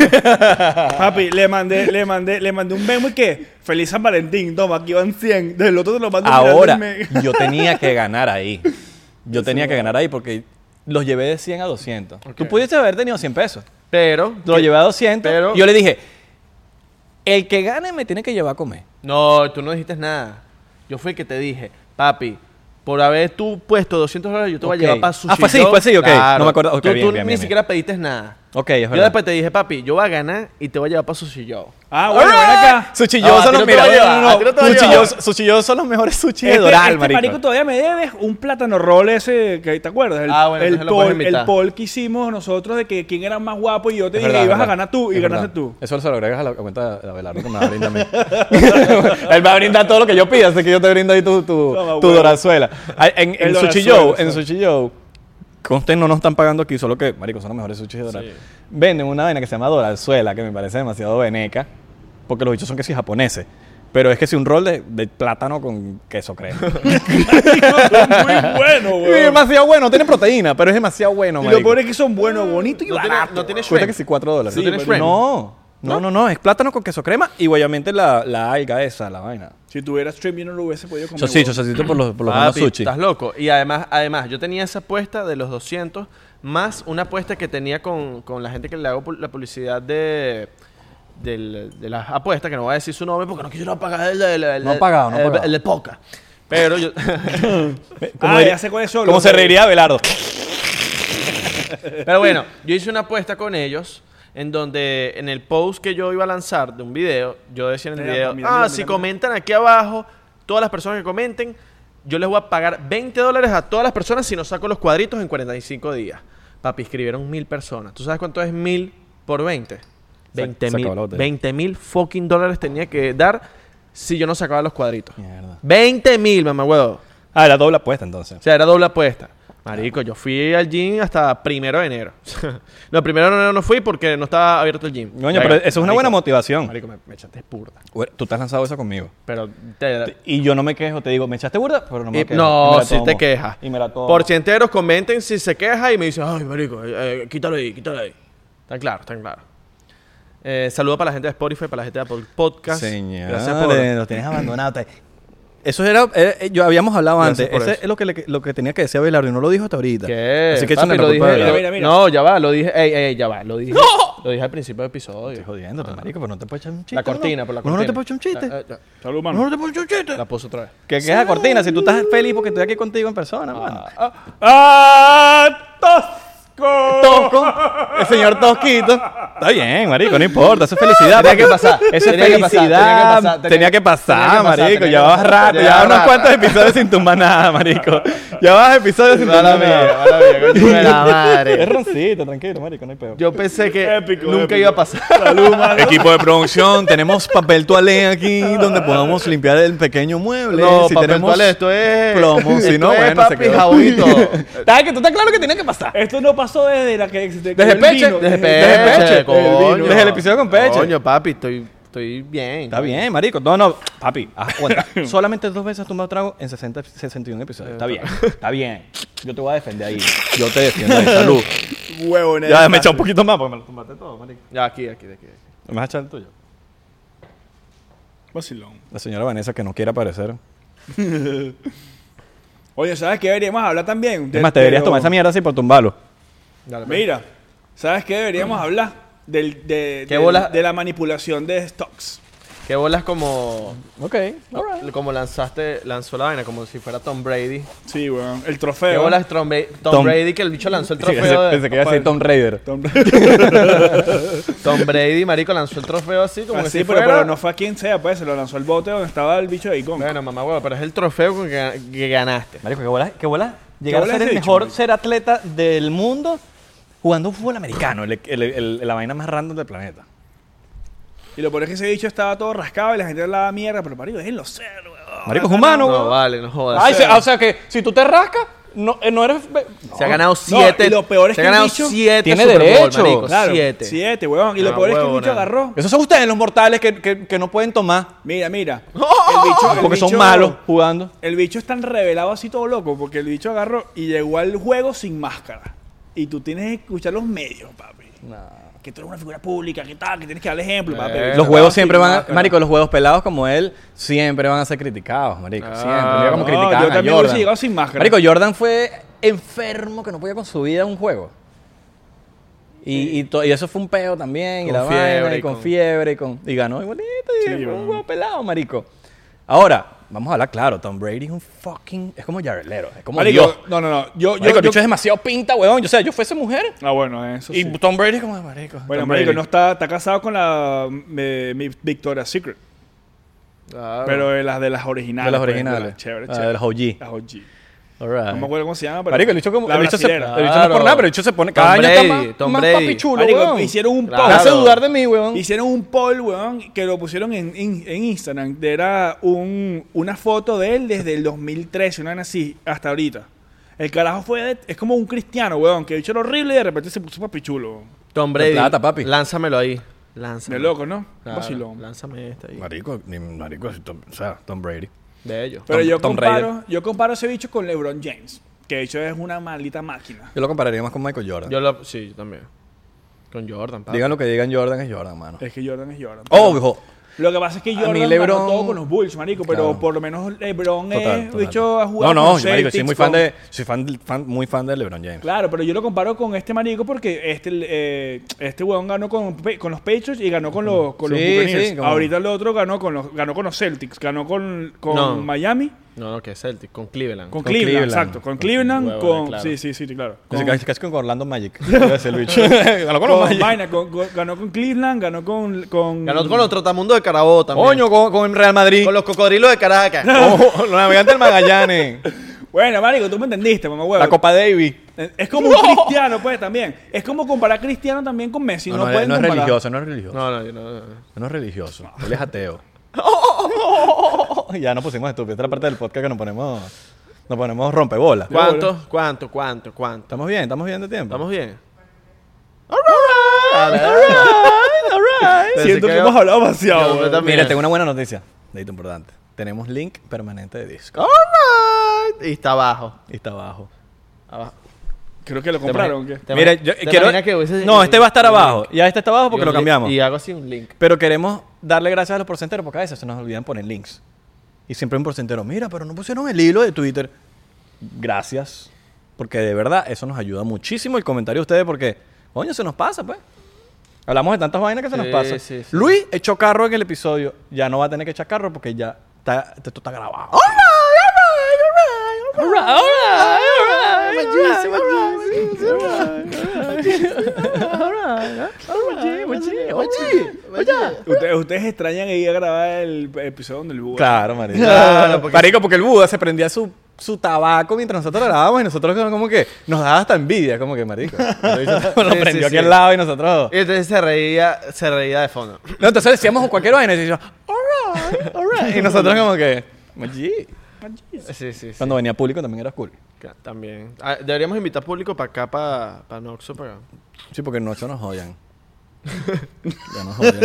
Papi, le mandé, le mandé, le mandé un memo y que feliz San Valentín, toma, aquí van 100. Desde el otro te lo mando Ahora, mirando el yo tenía que ganar ahí. Yo tenía que ganar ahí porque los llevé de 100 a 200. Tú pudiste haber tenido 100 pesos. Pero. Lo llevé a 200. Pero- y yo le dije, el que gane me tiene que llevar a comer. No, tú no dijiste nada. Yo fui el que te dije, papi, por haber tú puesto 200 dólares, yo te Ok. voy a llevar para su Ah, fue así, fue así, ok. No me acuerdo. Ok, tú bien, tú bien, ni bien, siquiera pediste nada. Ok, es Yo verdad. después te dije, papi, yo voy a ganar y te voy a llevar para Sushi Joe. Ah, bueno, ven acá. Sushi No, a Joe ti son no los te va a mejores. llevar, a ti no te va a Sushi llevar. Joe- Sushi Joe son los mejores sushi de Este, Doral, este marico. marico. todavía me debes un plátano roll ese que te acuerdas. El, Ah, bueno, el, entonces lo puedes poll, el invitar. poll que hicimos nosotros de que quién era más guapo y yo te Es dije verdad, es ibas a verdad. ganar tú y Es ganaste verdad. tú. Eso se lo agregas a la cuenta de Abelardo que me va a brindar a mí. Él me va a brindar todo lo que yo pida, así que yo te brindo ahí tu, tu, Toma, tu huevo. dorazuela. Ay, En, en El Sushi dorazuela, Joe, en sí. Sushi Joe, conste no nos están pagando aquí, solo que, marico, son los mejores sushi de Doral. Venden una vaina que se llama dorazuela, que me parece demasiado veneca, porque los bichos son que sí japoneses. Pero es que si un rol de, de plátano con queso crema. Muy bueno, es güey. demasiado bueno, tiene proteína, pero es demasiado bueno, Y marico. lo peor es que son buenos, bonitos y No tiene, baratos. no tiene Cuesta shrimp. que sí, 4 dólares. ¿No tienes Pero shrimp? no, no, no, no, es plátano con queso crema y obviamente la, la alga esa, la vaina. Si tuviera stream yo no lo hubiese podido comer. Chocito, huevón. chocito por los, por los buenos Papi, sushi. estás loco. Y además, además, yo tenía esa apuesta de los 200, más una apuesta que tenía con, con la gente que le hago pu- la publicidad de, del- de las apuestas, que no voy a decir su nombre porque no quiero pagar el, el, el- No ha pagado, no ha el- pagado. el de poca. Pero yo... Ah, diría- ya sé cuáles son. como los se de- reiría Abelardo. Pero bueno, yo hice una apuesta con ellos en donde en el post que yo iba a lanzar de un video, yo decía en el Mira, video, mira, ah, mira, si mira, mira". comentan aquí abajo, todas las personas que comenten, yo les voy a pagar 20 dólares a todas las personas si no saco los cuadritos en 45 días. Papi, escribieron mil personas. ¿Tú sabes cuánto es mil por 20? Se- 20 se mil, acabó la botella. 20 mil fucking dólares tenía que dar si yo no sacaba los cuadritos. Mierda. 20 mil, mamá huevo. Ah, era doble apuesta entonces. O sea, era doble apuesta. Pero Marico, yo fui al gym hasta primero de enero. no, primero de enero no fui porque no estaba abierto el gym. Coño, pero eso es una buena motivación. motivación. Marico, me, me echaste burda. Bueno, Tú te has lanzado esa conmigo. Pero te- Y yo no me quejo, te digo, me echaste burda, pero no me y- quejo. Y me no, la si tomo. te quejas. Y me la tomo. Por si enteros, comenten si se queja y me dicen, ay, marico, eh, eh, quítalo ahí, quítalo ahí. Está claro, está claro. Eh, saludo para la gente de Spotify, para la gente de Apple Podcast. Señores, Gracias por... lo tienes abandonado. te- Eso era, eh, yo habíamos hablado Gracias antes. por Ese eso. es lo que, le- lo que tenía que decir Abelardo y no lo dijo hasta ahorita. ¿Qué? Así que Papi, échame la lo culpa dije, a Abelardo. lo- Mira, mira. No, ya va, lo dije. Ey, ey, ya va, lo dije. Lo dije al principio del episodio. Estoy jodiéndote, marico, pero no te puedes echar un chiste. La ¿no? cortina, por la No, cortina. no te puedes echar un chiste. La, eh, la- Salud, No, no mano. te puedes echar un chiste. la puse otra vez. Que es la cortina, si tú estás feliz porque estoy aquí contigo en persona, mano. ¡Ah! ¡Tosco! Tosco, el señor Tosquito. Está bien, marico, no importa, eso es felicidad. Tenía que pasar, Eso es tenía que pasar, felicidad. tenía que pasar, Tenía que tenía pasar, que pasar, marico. tenía Ya que vas pasar, rato, tenía ya que unos pasar. cuantos episodios sin tumbar nada, marico. Ya vas episodios sin tumbar nada. la Es madre. roncito, tranquilo, marico, no hay peor. Yo pensé que Épico, nunca épico. iba a pasar. Salud, mano. Equipo de producción, tenemos papel toalé aquí donde podamos limpiar el pequeño mueble. No, si papel tenemos toalé, esto es plomo, si esto no, es, bueno, se papi, quedó. jabón y todo. Está que tú estás claro que tenía que pasar. Esto no pasó desde la que desde, Desde Peche, Desde Desde Peche, Peche, coño. vino. Desde el episodio con Peche. Coño, papi, estoy, estoy bien. Está bien, marico. No, no, papi, haz cuenta. Solamente dos veces has tumbado trago en 60, 61 episodios. Está bien, está bien. Yo te voy a defender ahí. Yo te defiendo ahí. Salud. Huevo, ya me echa un poquito más porque me lo tumbaste todo, marico. Ya, Ah, aquí, aquí, aquí. ¿Me vas a echar el tuyo? Vacilón. La señora Vanessa que no quiere aparecer. Oye, ¿sabes qué deberíamos hablar también? Es más, te deberías tomar esa mierda así por tumbarlo. Dale, pues. Mira, ¿sabes qué deberíamos hablar? Del, de, Mm. ¿Qué del- bola? de la manipulación de stocks. Qué bolas como, Ok, alright. como lanzaste, lanzó la vaina, como si fuera Tom Brady. Sí, weón. El Qué trofeo. bolas Tom, Bra- Tom Tom- Brady, que el bicho lanzó el Pensé, trofeo. de- pensé que iba a decir Tom Raider. Tom- Tom Brady, marico, lanzó el trofeo así, como que Así, si pero, fuera- pero no fue a quien sea, pues se lo lanzó al bote donde estaba el bicho de Icon. Bueno, mamá, huevo, pero es el trofeo con que, que ganaste. Marico, qué bola, qué bola llegar bola a ser ese el bicho, mejor marico? ser atleta del mundo jugando fútbol americano, el- el- el- la vaina más random del planeta. Y lo peor es que ese bicho estaba todo rascado y la gente le daba mierda, pero marico, déjenlo ser, weón. Marico, es humano, No, weón. vale, no jodas. Ay, se- ah, o sea que si tú te rascas, no, eh, no eres. ve- Se ha ganado No, siete. y lo peor es se que ha el ganado bicho siete tiene Super Bowl, derecho. marico, Claro, siete. Siete, weón. Y Ah, lo peor es que el huevo, bicho nada. agarró. Esos son ustedes, los mortales, que, que- que no pueden tomar Mira, mira. el porque son bicho- malos jugando. El bicho es tan revelado así todo loco porque el bicho agarró y llegó al juego sin máscara. Y tú tienes que escuchar los medios, papi. Que tú eres una figura pública, que tal, que tienes que dar el ejemplo, papi. Eh, Los no, juegos sin siempre van a, máscara. Marico, los juegos pelados como él siempre van a ser criticados, Marico. Ah, siempre. Mira como no, criticaban yo a también hubiese Jordan. llegado sin máscara. Marico, Jordan fue enfermo que no podía con su vida un juego. Y, y, to- y eso fue un peo también. y Con la fiebre vaina, y y con, con- fiebre. Y, con, y ganó igualito. Y Sí, fue un bueno. juego pelado, Marico. Ahora, vamos a hablar claro. Tom Brady es un fucking. Es como Jared Leto, Es como Marico, Dios. no, no, no. Yo, yo, Marico, el yo- bicho es demasiado pinta, weón. Yo, o sea, yo fuese mujer. Ah, bueno, eso sí. Y Tom Brady es como marico. Bueno, Tom marico, Brady. no está, está casado con la eh, mi Victoria's Secret, Claro. pero de las de las originales. Ah, De las pues, originales. chévere, Ah, chévere. de las OG. Las OG. Alright. No me acuerdo cómo se llama, pero Marico, el bicho como. la El bicho, se, el brasilera. bicho no es Claro. por nada, pero el bicho se pone. Cada Tom año está Brady, más, Tom más Brady. papi chulo, Marico, weón. hicieron un Claro. Me hace post. dudar de mí, weón. Hicieron un poll, weón, que lo pusieron en, en- en Instagram. de Era un, una foto de él desde el 2013, una vaina así, hasta ahorita. El carajo fue de- es como un cristiano, weón, que bicho era horrible y de repente se puso papichulo. weón. Tom Brady. plata, papi. Lánzamelo ahí. Lánzamelo. De loco, ¿no? Claro, Vacilón. Lánzame este ahí. Marico, ni marico, si Tom- o sea, Tom Brady. De ellos. Pero Tom- yo, Tom comparo, yo comparo ese bicho con LeBron James, que de hecho es una maldita máquina. Yo lo compararía más con Michael Jordan. Yo lo... Sí, yo también. Con Jordan, papi. Digan lo que digan, Jordan es Jordan, mano. Oh, Es que Jordan es Jordan. Pero- Obvio. Lo que pasa es que Jordan mí ganó LeBron- todo con los Bulls, marico, pero Claro. por lo menos LeBron Total, es total. Eh, bicho a jugar No, con no, los yo, marico, soy Celtics, muy fan con- de. Soy fan, del- fan- muy fan de LeBron James. Claro, pero yo lo comparo con este marico porque este eh, este weón ganó con, pe- con los Patriots y ganó con los, con los Sí, Buccaneers. sí, como- Ahorita el otro ganó con los ganó con los Celtics, ganó con, con No. Miami, No, no, que es Celtic. Con Cleveland. con, Con Cleveland, Cleveland. exacto, con Con Cleveland, huevones, con claro. sí, sí, sí, claro. Casi- Con- Casi, casi con Orlando Magic. Iba a decir el bicho. Ganó con los con Magic. vaina, con- con- ganó con Cleveland, ganó con con Ganó con los Trotamundos de Carabobo también. Coño, con, con el Real Madrid. Con los cocodrilos de Caracas. Ojo, Oh, los navegantes del Magallanes. Bueno, marico, tú me entendiste, mamá huevo. la Copa Davis. Es como un cristiano, pues, también. Es como comparar a cristiano también con Messi. No, no, pueden no es comparar. religioso, no es religioso. No, no, yo no. no. No es religioso, él es ateo. ya nos pusimos estúpidos. Esta es la parte del podcast que nos ponemos Nos ponemos rompebolas. ¿Cuánto? ¿Cuánto? ¿Cuánto? ¿Cuánto? Estamos bien, estamos bien de tiempo. ¿Estamos bien? Siento que hemos hablado demasiado. Yo weón. también. Mira, tengo una buena noticia. Dedito importante. Tenemos link permanente de Discord. Alright. Y está abajo. Y está abajo. abajo. Creo que lo compraron. imagi- ¿qué? te Mira, imagi- yo te quiero... imaginas que hubiese- no, este va a estar un abajo. link. Ya este está abajo porque Y lo un cambiamos. link- Y hago así un link. Pero queremos darle gracias a los porcenteros porque a veces se nos olvidan poner links. Y siempre hay un porcentero, mira, pero no pusieron el hilo de Twitter. Gracias. Porque de verdad eso nos ayuda muchísimo el comentario de ustedes porque, coño, se nos pasa, pues. Hablamos de tantas vainas que se nos Sí, pasa. sí, sí. Luis echó carro en el episodio. Ya no va a tener que echar carro porque ya está, esto está grabado. Ustedes, ustedes extrañan ir a grabar el episodio donde el búho. Claro, marico. Claro, porque- Marico, porque el Buda se prendía su, su tabaco mientras nosotros grabábamos y nosotros como que nos daba hasta envidia, como que marico. Lo Sí, prendió sí, aquí sí. Eh, al lado y nosotros... Y entonces se reía, se reía de fondo. No, entonces decíamos cualquier vaina y decíamos, alright, alright. Y nosotros como que, "Oye". Sí, sí, sí. Cuando venía público también era cool. Ca- También. Ah, deberíamos invitar público para acá, para, para Noxo, para... Sí, porque en noche nos joyan. ya nos joyan.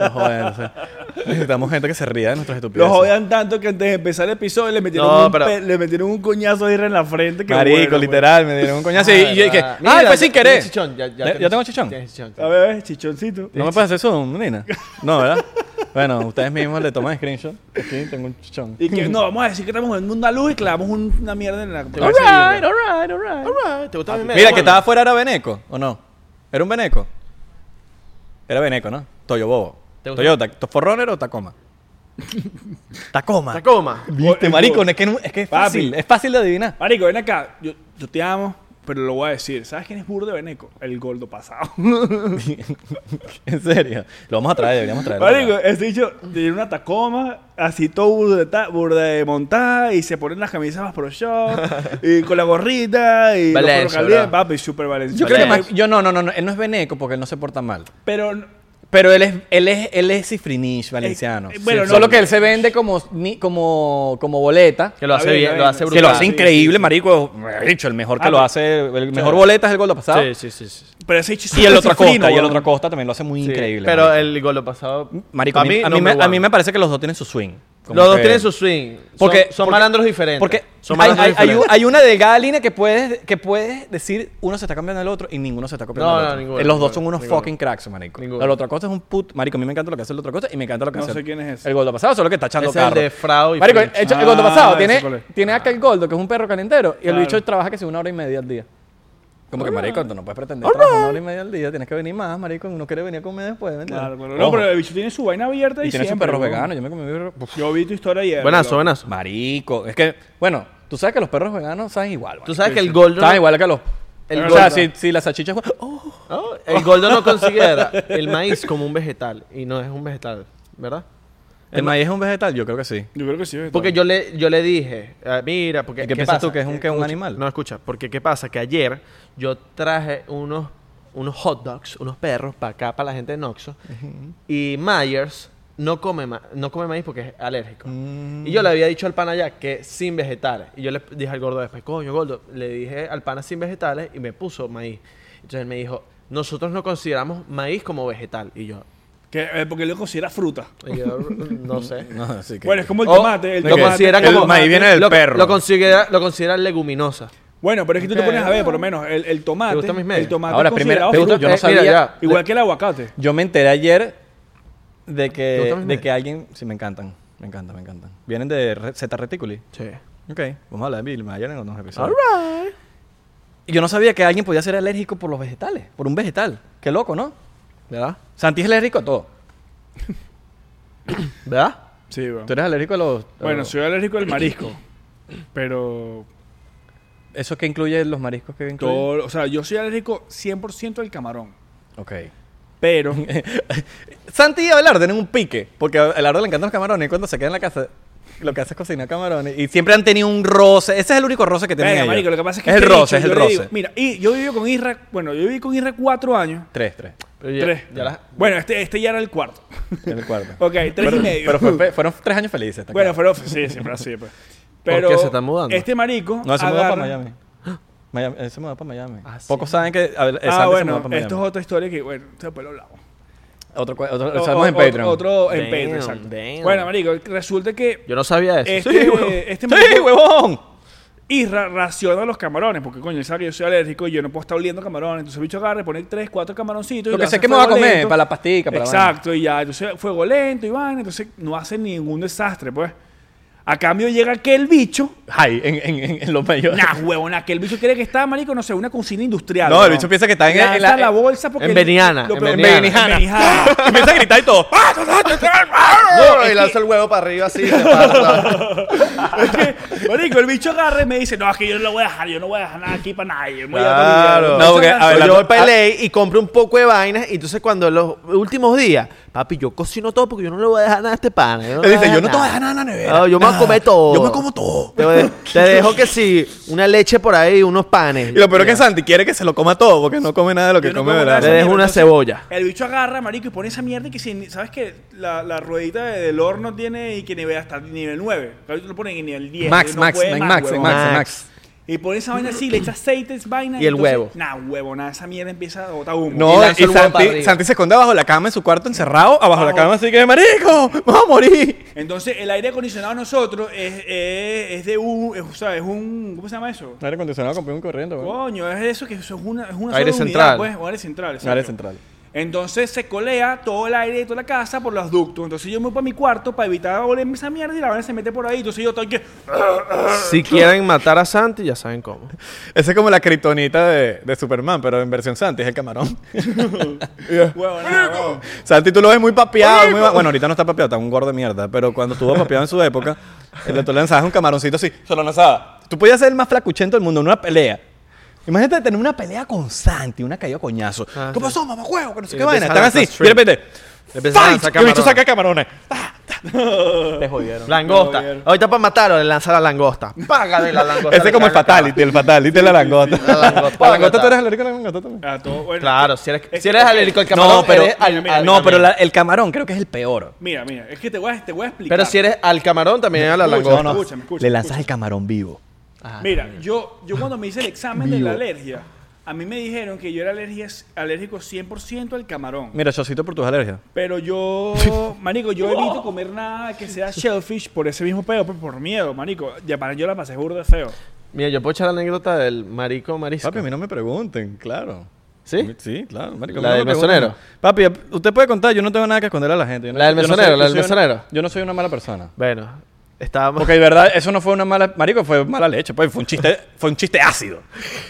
Nos joyan, o sea, Necesitamos gente que se ría de nuestras Los estupideces. odian tanto que antes de empezar el episodio le metieron, No, un, pero- pe- le metieron un coñazo de irra en la frente. Que Marico, bueno, pues. literal, me dieron un coñazo. y- y yo dije, Ah, ¡ay, mira, fue ya- sin querer! ¿Eh? tienes chichón, ya, ya ¿Ya- ya tengo tienes- chichón? tienes chichón, A ver, chichoncito. ¿No me puedes hacer zoom, Nina? No, ¿verdad? bueno, ustedes mismos le toman screenshot. Aquí tengo un chichón. Y que no, vamos a decir que estamos en una luz y clavamos un- una mierda en la. Te voy a decir, Alright, ¿no? alright, alright. Alright, Ah, ¿Te gusta mi medio? Ah, Mira, que Bueno. estaba afuera era Beneco, ¿o no? ¿Era un Beneco? Era Beneco, ¿no? Toyo Bobo. ¿Te gusta? Toyota, ¿to- ¿Forrunner o Tacoma? Tacoma. Tacoma. Viste, marico, es que, no- es que es Papi. fácil, es fácil de adivinar. Marico, ven acá. Yo, yo te amo, pero lo voy a decir. ¿Sabes quién es burro de Beneco? El gordo pasado. en serio. Lo vamos a traer, deberíamos traerlo. Marico, ese dicho tiene una tacoma, así todo burda de, ta- burda de montada, y se ponen las camisas más pro show, y con la gorrita, y los Valencia, perros calientes, bro. papi, súper valenciano. Yo creo que Vale. más- yo no, no, no, no, él no es Beneco porque él no se porta mal. Pero, Pero él es, él es, él es cifrinish valenciano. Eh, eh, bueno, Sí, no- Solo que él se vende como, ni- como, como boleta. Que lo hace Está bien, bien, está lo bien. hace Que brutal. Que lo hace Sí, increíble, marico. Dicho, el mejor que Ah, lo pero- hace, el mejor boleta es el gol pasado. Sí, sí, sí. sí. pero ese dicho es Y el súper otro cifrino, costa, y el weón. otro costa también lo hace muy Sí, increíble. Pero eh, marico. el gol pasado... Marico, pa' a mí, a, mí me, number a mí one. me parece que los dos tienen su swing. Como Los dos que- tienen su swing. Son- Porque, son, porque- malandros diferentes. Porque son hay, malandros hay- hay un- diferentes. hay una delgada línea que puedes, que puedes decir uno se está cambiando del otro y ninguno se está copiando No, del no, otro. ninguno, Eh, los dos ninguno, son unos ninguno. fucking cracks, marico. Ninguno. El otro costa es un put. Marico, a mí me encanta lo que hace el otro costa y me encanta lo que No hace. sé quién es ese. El goldo pasado, solo que está echando Es el carro. de Frau y Marico, Fritz. echa- Ah, el goldo pasado ese cuál tiene, es. Ah. tiene acá el goldo, que es un perro calentero, y el Claro. bicho trabaja que si una hora y media al día. Como que, marico, tú no puedes Oh, pretender trabajar una hora y media al día, tienes que venir más, marico, uno quiere venir a comer después, ¿me entiendes? Claro, claro. No, Ojo, pero el bicho tiene su vaina abierta y, y tiene sus siempre, perros weón. veganos, yo me comí mi perro- Yo vi tu historia ayer. Buenazo, weón. buenazo. Marico, es que, bueno, tú sabes que los perros veganos saben igual. Tú marico. sabes que el Goldo... saben igual que los. El o sea, si, Golden. si la salchicha es. bu- ¡Oh! Oh, el Goldo no considera el maíz como un vegetal. Y no es un vegetal, ¿verdad? ¿El maíz es un vegetal? Yo creo que sí. Yo creo que sí. weón. Porque yo le, yo le dije, ah, mira, porque... ¿Y qué ¿qué piensas pasa? tú, que es un- Eh, que es un escucha, animal? No, escucha, porque ¿qué pasa? Que ayer yo traje unos, unos hot dogs, unos perros, para acá, para la gente de Noxo, y Myers no come, ma- no come maíz porque es alérgico. Y Mm. yo le había dicho al pana allá que sin vegetales. Y yo le dije al gordo después, coño, gordo, le dije al pana sin vegetales y me puso maíz. Entonces él me dijo, nosotros no consideramos maíz como vegetal. Y yo, Que, eh, porque él lo considera fruta. y yo, no sé. No, sí que- Bueno, es como el O tomate. El lo tomate. considera El como maíz viene del lo- perro. Lo considera, lo considera leguminosa. Bueno, pero es que tú te pones a ver, por lo menos, el, el tomate. ¿Te gustan mis medias? El tomate Ahora, es primera, considerado te gusta- fruta. yo no Eh, sabía. mira, ya. Igual que el aguacate. Yo me enteré ayer de ¿Te que, gustan mis de medias? que alguien. Sí, me encantan. Me encantan, me encantan. Vienen de Re- Z Reticuli. Sí. Ok, vamos a hablar de Bill Mayer en unos episodios. Y Yo no sabía que alguien podía ser alérgico por los vegetales, por un vegetal. Qué loco, ¿no? ¿Verdad? Santi es alérgico a todo. ¿Verdad? Sí, weón. Tú eres alérgico a los. a Bueno, los- soy alérgico al marisco. Pero ¿Eso que incluye los mariscos que incluye? todo, o sea, yo soy alérgico 100% al camarón. Ok. Pero Santi y Abelardo tienen un pique, porque a Abelardo le encantan los camarones y cuando se queda en la casa lo que hace es cocinar camarones y siempre han tenido un roce. Ese es el único roce que tienen Venga, ellos. marico, lo que pasa es que es el este roce, es bicho, el yo le digo, roce. mira, y yo viví con Isra, bueno, yo viví con Isra cuatro años. Tres, tres. Pero ya- tres. ya la- Bueno, este, este ya era el cuarto. En el cuarto. Ok, tres y medio. Pero fue- fue- fueron tres años felices. está bueno, claro. fueron, sí, siempre así, pues. Pero qué se están mudando? Este marico. No, se mudó agarra- para Miami. Miami- él se mudó para Miami. Pocos saben que a ver, Sandy Ah, se mudó bueno, para Miami. esto es otra historia que, bueno, después lo hablamos. Otro, cue- otro- lo O- sabemos en o- Patreon. Otro en Damn, Patreon, exacto. damn. Bueno, marico, resulta que Yo no sabía este, eso. Sí, huevón. este ¡Sí, marico huevón! Isra raciona los camarones, porque coño, él sabe que yo soy alérgico y yo no puedo estar oliendo camarones. Entonces el bicho agarra, y pone tres, cuatro camaroncitos. y Lo le que sé hace que me va a fuego comer, lento. para la pastica, para la vaina. Exacto, y ya, entonces fuego lento y vaina, entonces no hace ningún desastre, pues. A cambio llega aquel bicho, Ay, en, en, en, en los mayores. nah, huevona, aquel bicho cree que está, marico, no sé, una cocina industrial. No, el huevón. bicho piensa que está en- en Lanza la- la, bolsa porque... en Beniana, lo en peor- Beniana. En Benihana. Empieza a gritar y todo. Ah, Ah, No, y lanza el huevo para arriba así. se pasa. Marico, el bicho agarra y me dice, no, es que yo no lo voy a dejar, yo no voy a dejar nada aquí para nadie. yo me voy a dar Claro. todo el dinero". No, porque, Entonces, a ver, Yo la- voy para LA ah. y compro un poco de vainas. Y entonces, cuando en los últimos días, papi, yo cocino todo porque yo no le voy a dejar nada a este pana. Él Él dice, yo no te voy a dejar nada en la nevera. yo me voy a comer todo. Yo me como todo. Te, voy- te dejo que si una leche por ahí, unos panes. Y lo peor es que Santi quiere que se lo coma todo, porque no come nada de lo que Yo no come, como nada ¿verdad? de esa Te dejo mierda, una entonces- cebolla. El bicho agarra, marico, y pone esa mierda que, si, ¿sabes que la, la ruedita de- del horno tiene y que nivel hasta nivel 9. Ahorita lo ponen en nivel 10. Max, no Max, puede Max, más, Max, huevón. Max, Max. Max. Y pone esa vaina así, le echa aceite, es vaina. Y el entonces, huevo. Nah, huevo, nada, esa mierda empieza a botar humo. No, Y y, lanza el huevo para Santi, arriba. Santi se esconde abajo de la cama en su cuarto encerrado, abajo de la Abajo. cama, así que, marico, vamos a morir. Entonces, el aire acondicionado de nosotros es, es, es de un. Es, o sea, es un. ¿Cómo se llama eso? Aire acondicionado, compré un corriente, Coño, es eso que eso es una, es una Aire sola central. Unidad, pues, o aire central. exacto. Área central. Entonces se colea todo el aire de toda la casa por los ductos. Entonces yo me voy para mi cuarto para evitar olerme esa mierda y la vaina se mete por ahí. Entonces yo estoy que. Eh, Si quieren matar a Santi, ya saben cómo. Esa es como la kriptonita de, de Superman, pero en versión Santi, es el camarón. Huevón, nada, huevón. Santi, tú lo ves muy papeado. muy va- Bueno, ahorita no está papeado, está un gordo de mierda. Pero cuando estuvo papeado en su época, el- tú le lanzabas un camaroncito así, se lo lanzaba. Tú podías ser el más flacuchento del mundo en una pelea. Imagínate tener una pelea con Santi, una caída a coñazo. Ah, ¿Qué sí. pasó, mamá Que no sé Y qué le vaina. empiezan Están a así. lanzar Y de shrimp. repente, Le empiezan a ¡Fight! lanzar Que el bicho camarones. saca camarones. ¡Ah! Te jodieron. Te Langosta. jodieron. Ahorita para matarlo, le lanza la langosta. Págale la langosta. Ese es como el fatality, el fatality de la langota. sí, la langosta. La langota, tú eres alérgico a la langota también. A Ah, todo, bueno. Claro, si eres, Es si que- eres alérgico al camarón, No, pero, eres al- mira, al- no, pero también. la- el camarón creo que es el peor. Mira, mira, es que te voy a, te voy a explicar. Pero si eres al camarón, también a la Escucha, langosta. no, no. Escúchame, escúchame, Le lanzas escúchame. el camarón vivo. Ah, Mira, yo, yo cuando me hice el examen de la alergia, a mí me dijeron que yo era alergia, alérgico 100% al camarón. Mira, chocito por tus alergias. Pero yo, marico, yo evito comer nada que sea shellfish por ese mismo pedo, pues, por, por miedo, marico. Ya para yo la pasé burda feo. Mira, yo puedo echar la anécdota del marico marisco. Papi, a mí no me pregunten, claro. ¿Sí? Sí, claro. marico, ¿La a mí del no me preguntan. mesonero? Papi, usted puede contar, yo no tengo nada que esconder a la gente. Yo no- ¿La del yo no soy- mesonero? yo ¿La del soy una- mesonero? Yo no soy una mala persona. Bueno, estábamos... Porque de verdad, eso no fue una mala. Marico, fue mala leche. Pues fue un chiste, fue un chiste ácido.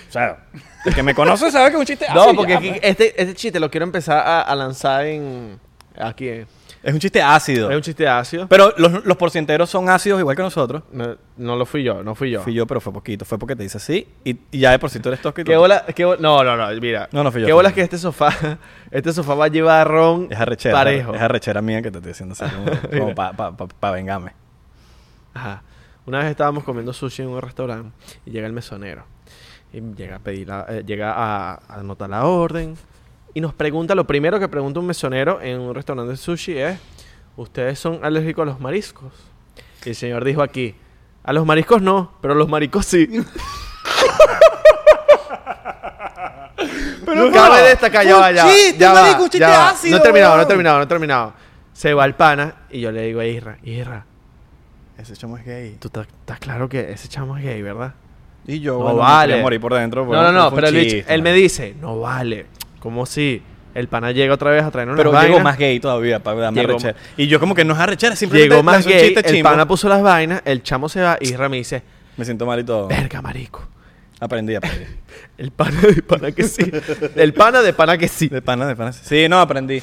O sea, el que me conoce sabe que es un chiste ácido. No, porque ya, aquí- pues. este, este chiste lo quiero empezar a, a lanzar en... Aquí. eh. es un chiste ácido. Es un chiste ácido. Pero los, los porcienteros son ácidos igual que nosotros. No, no lo fui yo, no fui yo. Fui yo, pero fue poquito. Fue porque te dice así y, y ya de por si tú eres tóxico. ¿Qué bola, qué bol- no, no, no, mira. No, no fui yo, ¿Qué fui bolas yo. que este sofá, este sofá va a llevar ron Es arrechera. parejo? Es arrechera mía que te estoy haciendo así como, Mira. para pa, pa, pa vengarme. Ajá. Una vez estábamos comiendo sushi en un restaurante y llega el mesonero. Y llega a pedir la- eh, llega a, a anotar la orden y nos pregunta, lo primero que pregunta un mesonero en un restaurante de sushi es, ¿ustedes son alérgicos a los mariscos? Y el señor dijo aquí, a los mariscos no, pero a los maricos sí. Pero cabe destacar, ya un va, ya va, chiste, ya va, marico, un chiste ya va. ácido, No he terminado, no he weón. terminado, no he terminado. Se va el pana y yo le digo a Isra, Isra, Ese chamo es gay. Tú estás estás claro que ese chamo es gay, ¿verdad? Y yo, No bueno, me vale. quería morir por dentro. pues, no, no, no, fue un pero el bicho- chiste, él me marico. dice, no vale. ¿Cómo si? El pana llega otra vez a traer una Pero llegó más gay todavía para darme Llegó- arrechera. Y yo como que no es arrechera, simplemente Llegó más lanzo un gay, chiste el chimbo. pana puso las vainas, el chamo se va y Isra me dice, Me siento mal y todo. verga, marico. Aprendí, aprendí. El pana de pana que sí. El pana de pana que sí. De pana, de pana. Sí, no, aprendí.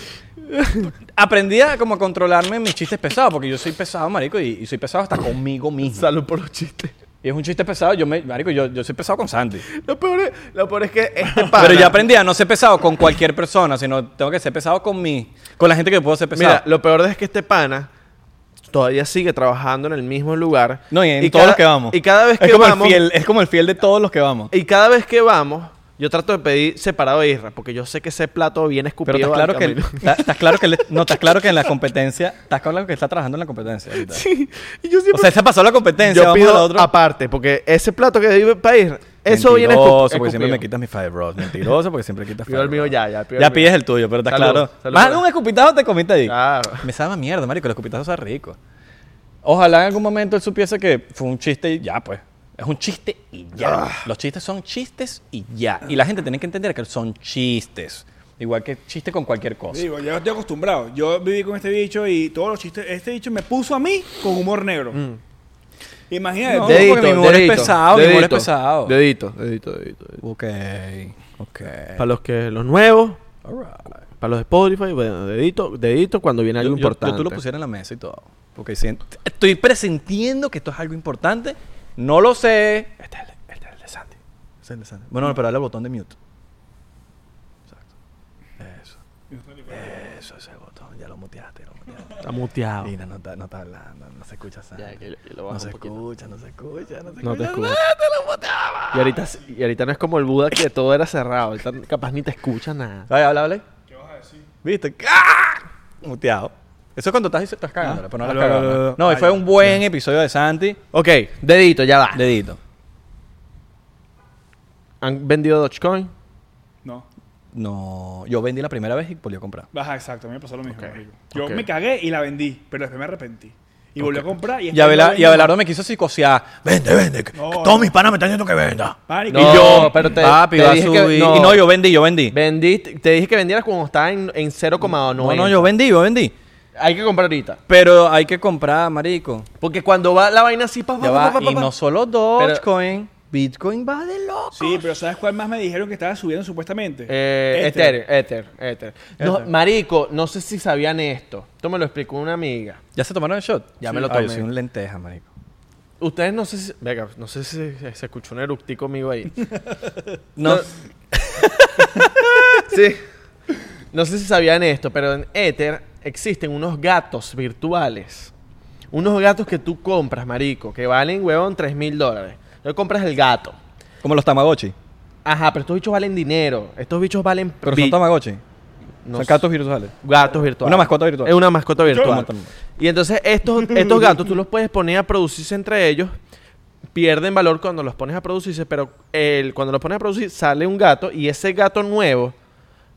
aprendí a como controlarme en mis chistes pesados, porque yo soy pesado, marico, y, y soy pesado hasta conmigo mismo. Salud por los chistes. Y es un chiste pesado, yo me, marico, yo, yo soy pesado con Santi. Lo peor es, lo peor es que este pana... Pero ya aprendí a no ser pesado con cualquier persona, sino tengo que ser pesado con mi, con la gente que puedo ser pesado. Mira, lo peor es que este pana todavía sigue trabajando en el mismo lugar. no, y en todos cada- los que vamos. Y cada vez que es como vamos... El fiel, es como el fiel de todos los que vamos. Y cada vez que vamos, Yo trato de pedir separado de Isra, porque yo sé que ese plato viene escupido. Pero estás al claro que, camino. está- estás claro que le- no, estás claro que en la competencia, estás claro que está trabajando en la competencia. ahorita. Y yo O siempre sea, se pasó la competencia, yo vamos pido a la otra. aparte, porque ese plato que vive para Isra, eso viene escu- Mentiroso, escupido. porque siempre me quitas mi five bros. Mentiroso, porque siempre quitas Pido el Five mío Bros. ya, ya. pido Ya el mío. Ah, pides el tuyo, pero está Salud, claro. salud Más por de eso. un escupitazo te comiste ahí. Claro. Me sabe a mierda, marico. Los escupitazos son ricos. Ojalá en algún momento él supiese que fue un chiste y ya, pues. Es un chiste y ya. Los chistes son chistes y ya. Y la gente tiene que entender que son chistes. Igual que chiste con cualquier cosa. Digo, ya estoy acostumbrado. Yo viví con este bicho y todos los chistes. Este bicho me puso a mí con humor negro. Mm. Imagínate. No, tú- porque mi humor es pesado, mi humor es pesado. Dedito, dedito, dedito. dedito. Ok. Ok. Para los que los nuevos, Alright. para los de Spotify, bueno, dedito, dedito cuando viene algo Yo- yo- importante. Yo, tú lo pusiera en la mesa y todo. Porque siento- estoy presintiendo que esto es algo importante. No lo sé. Este es el, este es el de Santi. Este es el de Santi. Bueno, no, pero dale al botón de mute. Exacto. Eso. Eso es el botón. Ya lo muteaste, lo muteaste. Está muteado. Mira, no está, no está hablando, no se escucha Santi. Ya, que- que lo no bajo se un poquito. escucha, no se escucha, no se No te escucha. escucho. Y ahorita, y ahorita no es como el Buda que todo era cerrado. Ahorita capaz ni te escucha nada. Ay, habla, habla. ¿Qué vas a decir? ¿Viste? ¡Ah! Muteado. Eso es cuando estás, estás cagando, pero no la has Aló, aló, cagado, aló, No, aló. No, y Ay, fue un buen episodio de Santi. Ok, dedito, ya va. Dedito. ¿Han vendido Dogecoin? No. No, yo vendí la primera vez y volví a comprar. Baja, exacto. A mí me pasó lo mismo. Ok, marico. Yo ok. me cagué y la vendí, pero después me arrepentí. Y volví a comprar y... este Y, Abela- y Abelardo me quiso psicosear. Vende, vende. que- No, que no. todos mis panas me están diciendo que venda. No. No. y yo, pero te- papi, te va a dije que- subir. no. Y no, yo vendí, yo vendí. Vendiste, te dije que vendieras cuando estaba en, en 0,9. no, no, yo vendí, yo vendí. Hay que comprar ahorita. Pero hay que comprar, marico. Porque cuando va la vaina así, pa, pa, Ya pa, va. pa, pa, Y pa. no solo Dogecoin. Bitcoin va de loco. Sí, pero ¿sabes cuál más me dijeron que estaba subiendo supuestamente? Este. Eh, Ether. Ether, Ether, Ether. No, marico, no sé si sabían esto. Esto me lo explicó una amiga. ¿Ya se tomaron el shot? Ya me lo Ay, yo tomé. soy un lenteja, marico. Ustedes no sé si... Venga, no sé si se se escuchó un eructico conmigo ahí. No. sí. No sé si sabían esto, pero en Ether existen unos gatos virtuales. Unos gatos que tú compras, marico, que valen, huevón, 3 mil dólares. Tú compras el gato. Como los Tamagotchi. Ajá, pero estos bichos valen dinero. Estos bichos valen... Pero bi- son Tamagotchi. no son sé. gatos virtuales. Gatos virtuales. Una mascota virtual. Es una mascota virtual. Yo- Y entonces estos, estos gatos tú los puedes poner a producirse entre ellos. Pierden valor cuando los pones a producirse, pero el, cuando los pones a producir sale un gato y ese gato nuevo,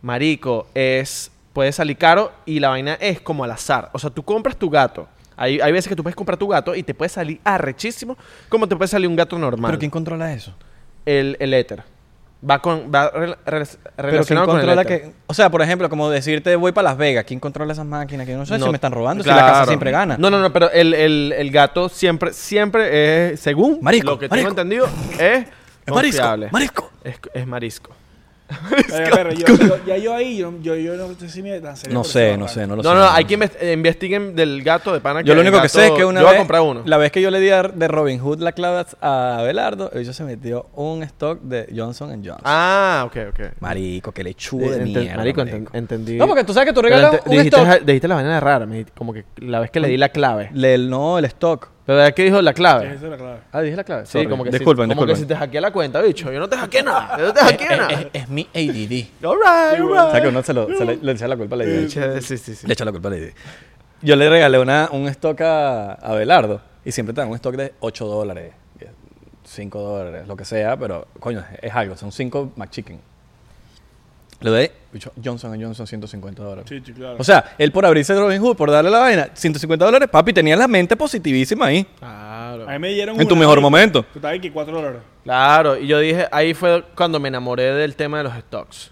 marico, es puede salir caro y la vaina es como al azar. O sea, tú compras tu gato. Hay, hay veces que tú puedes comprar tu gato y te puede salir arrechísimo como te puede salir un gato normal. ¿Pero quién controla eso? el, el éter. Va, con, va rel- rel- Pero ¿quién relacionado con el controla éter. que...? O sea, por ejemplo, como decirte voy para Las Vegas. ¿Quién controla esas máquinas? Que yo no sé si me están robando, si la casa claro. siempre gana. No, no, no, pero el, el- el gato siempre, siempre es, según Marisco, lo que marisco. tengo entendido, es, Es marisco, confiable. marisco. Es, es marisco. Pero, pero, yo, yo- ya yo ahí, yo, yo, yo no sé si me lanzaré No por sé, esa no parte. sé, no lo sé. No, no, sé. hay que inves- eh, investiguen del gato de pana. Yo lo el único que sé es gato- que una yo vez, voy a comprar uno. la vez que yo le di a- de Robin Hood la clave a Belardo, ella se metió un stock de Johnson Johnson. Ah, ok, ok. Marico, que lechuga de Enten- mierda. marico, Marico, enten- entendí. No, porque tú sabes que tú Pero regalas ente- un dijiste, stock. dijiste la vaina rara, me dijiste- como que la vez que le di la clave. Le- no, el stock. Pero ¿verdad que dijo la clave? Esa es la clave. Ah, dije la clave. Sí, como que disculpen, si, como que disculpen. si te hackeé la cuenta, bicho. Yo no te hackeé nada. Yo no te hackeé Eh, eh, nada. eh, es mi ADD. All right, all right. O sea, que uno se, lo, se le, le echa la culpa a Eh, la idea. Sí, sí, sí. Le echa la culpa a la idea. Yo le regalé una, un stock a, a Belardo y siempre te dan un stock de 8 dólares, 5 dólares, lo que sea, pero coño, es algo, son 5 McChicken. Le doy bicho, Johnson Johnson 150 dólares. Sí, sí, claro. O sea, él por abrirse Robin Hood, por darle la vaina, 150 dólares, papi, tenía la mente positivísima ahí. Claro. a mí me dieron en tu una, mejor marico. momento. Tú estabas aquí 4 dólares. Claro, y yo dije, ahí fue cuando me enamoré del tema de los stocks.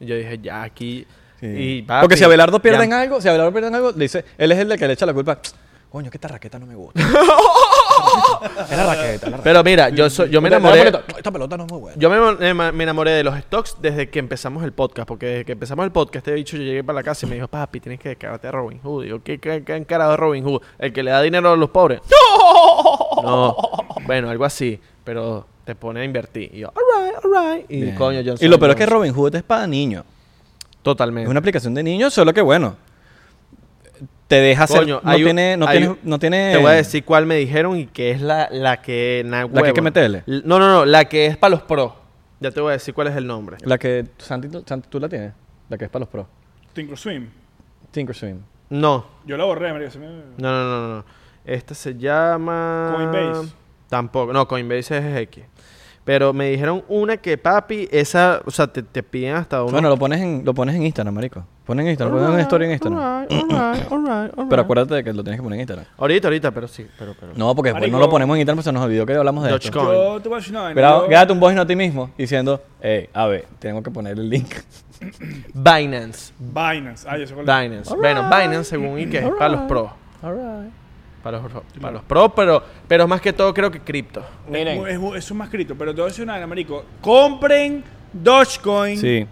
Y yo dije, ya aquí. Y, papi, Porque si Abelardo pierde ya- en algo, si Abelardo pierde en algo, dice, él es el del que le echa la culpa. Coño, que esta raqueta no me gusta. Era raqueta, la raqueta. Pero mira, yo, so- yo me Esta- enamoré. esta pelota- Esta pelota no es muy buena. Yo me, me- me enamoré de los stocks desde que empezamos el podcast. Porque desde que empezamos el podcast, este bicho yo llegué para la casa y me dijo, papi, tienes que declararte a Robin Hood. Y yo, ¿qué, qué, qué encarado es Robin Hood? ¿El que le da dinero a los pobres? ¡No! Bueno, algo así. Pero te pone a invertir. Y yo, alright, alright. Y coño, yo Y lo peor es que Robin Hood es para niños. Totalmente. Es una aplicación de niños, solo que bueno. Te deja hacer. Coño, no, hay un- tiene, no, hay tiene, un- no tiene. Te voy a decir cuál me dijeron y que es la, la que. na que hay que huevo. meterle. L- No, no, no. La que es para los pros. Ya te voy a decir cuál es el nombre. La que Santi, tú- Santi, tú la tienes, la que es para los pros. Tinker Swim. Tinkerswim. No, Yo la borré, marico. se me- no, no, no, no, no. Esta se llama... Coinbase. Tampoco. No, Coinbase es X. Pero me dijeron una que, papi, esa... O sea, te, te piden hasta una... Bueno, lo pones en lo pones en Instagram, marico. Pones en Instagram, pones una historia en Instagram. Pero acuérdate de que lo tienes que poner en Instagram. Ahorita, ahorita, pero sí. Pero, pero... No, porque después no Marico. lo ponemos en Instagram, pues se nos olvidó que hablamos de esto. Dogecoin. Yo te voy a decir una vaina, Pero yo- gárate un voice note a ti mismo diciendo, hey, a ver, tenemos que poner el link. Binance. Binance. Ah, yo sé cuál es. Binance. Bueno, Binance, según Ike, es para los pros. Para los, para los pros, pero, pero más que todo creo que cripto. Es mu- Es, mu- eso es más escrito, pero te voy a decir una vaina, marico. Compren Dogecoin. Sí.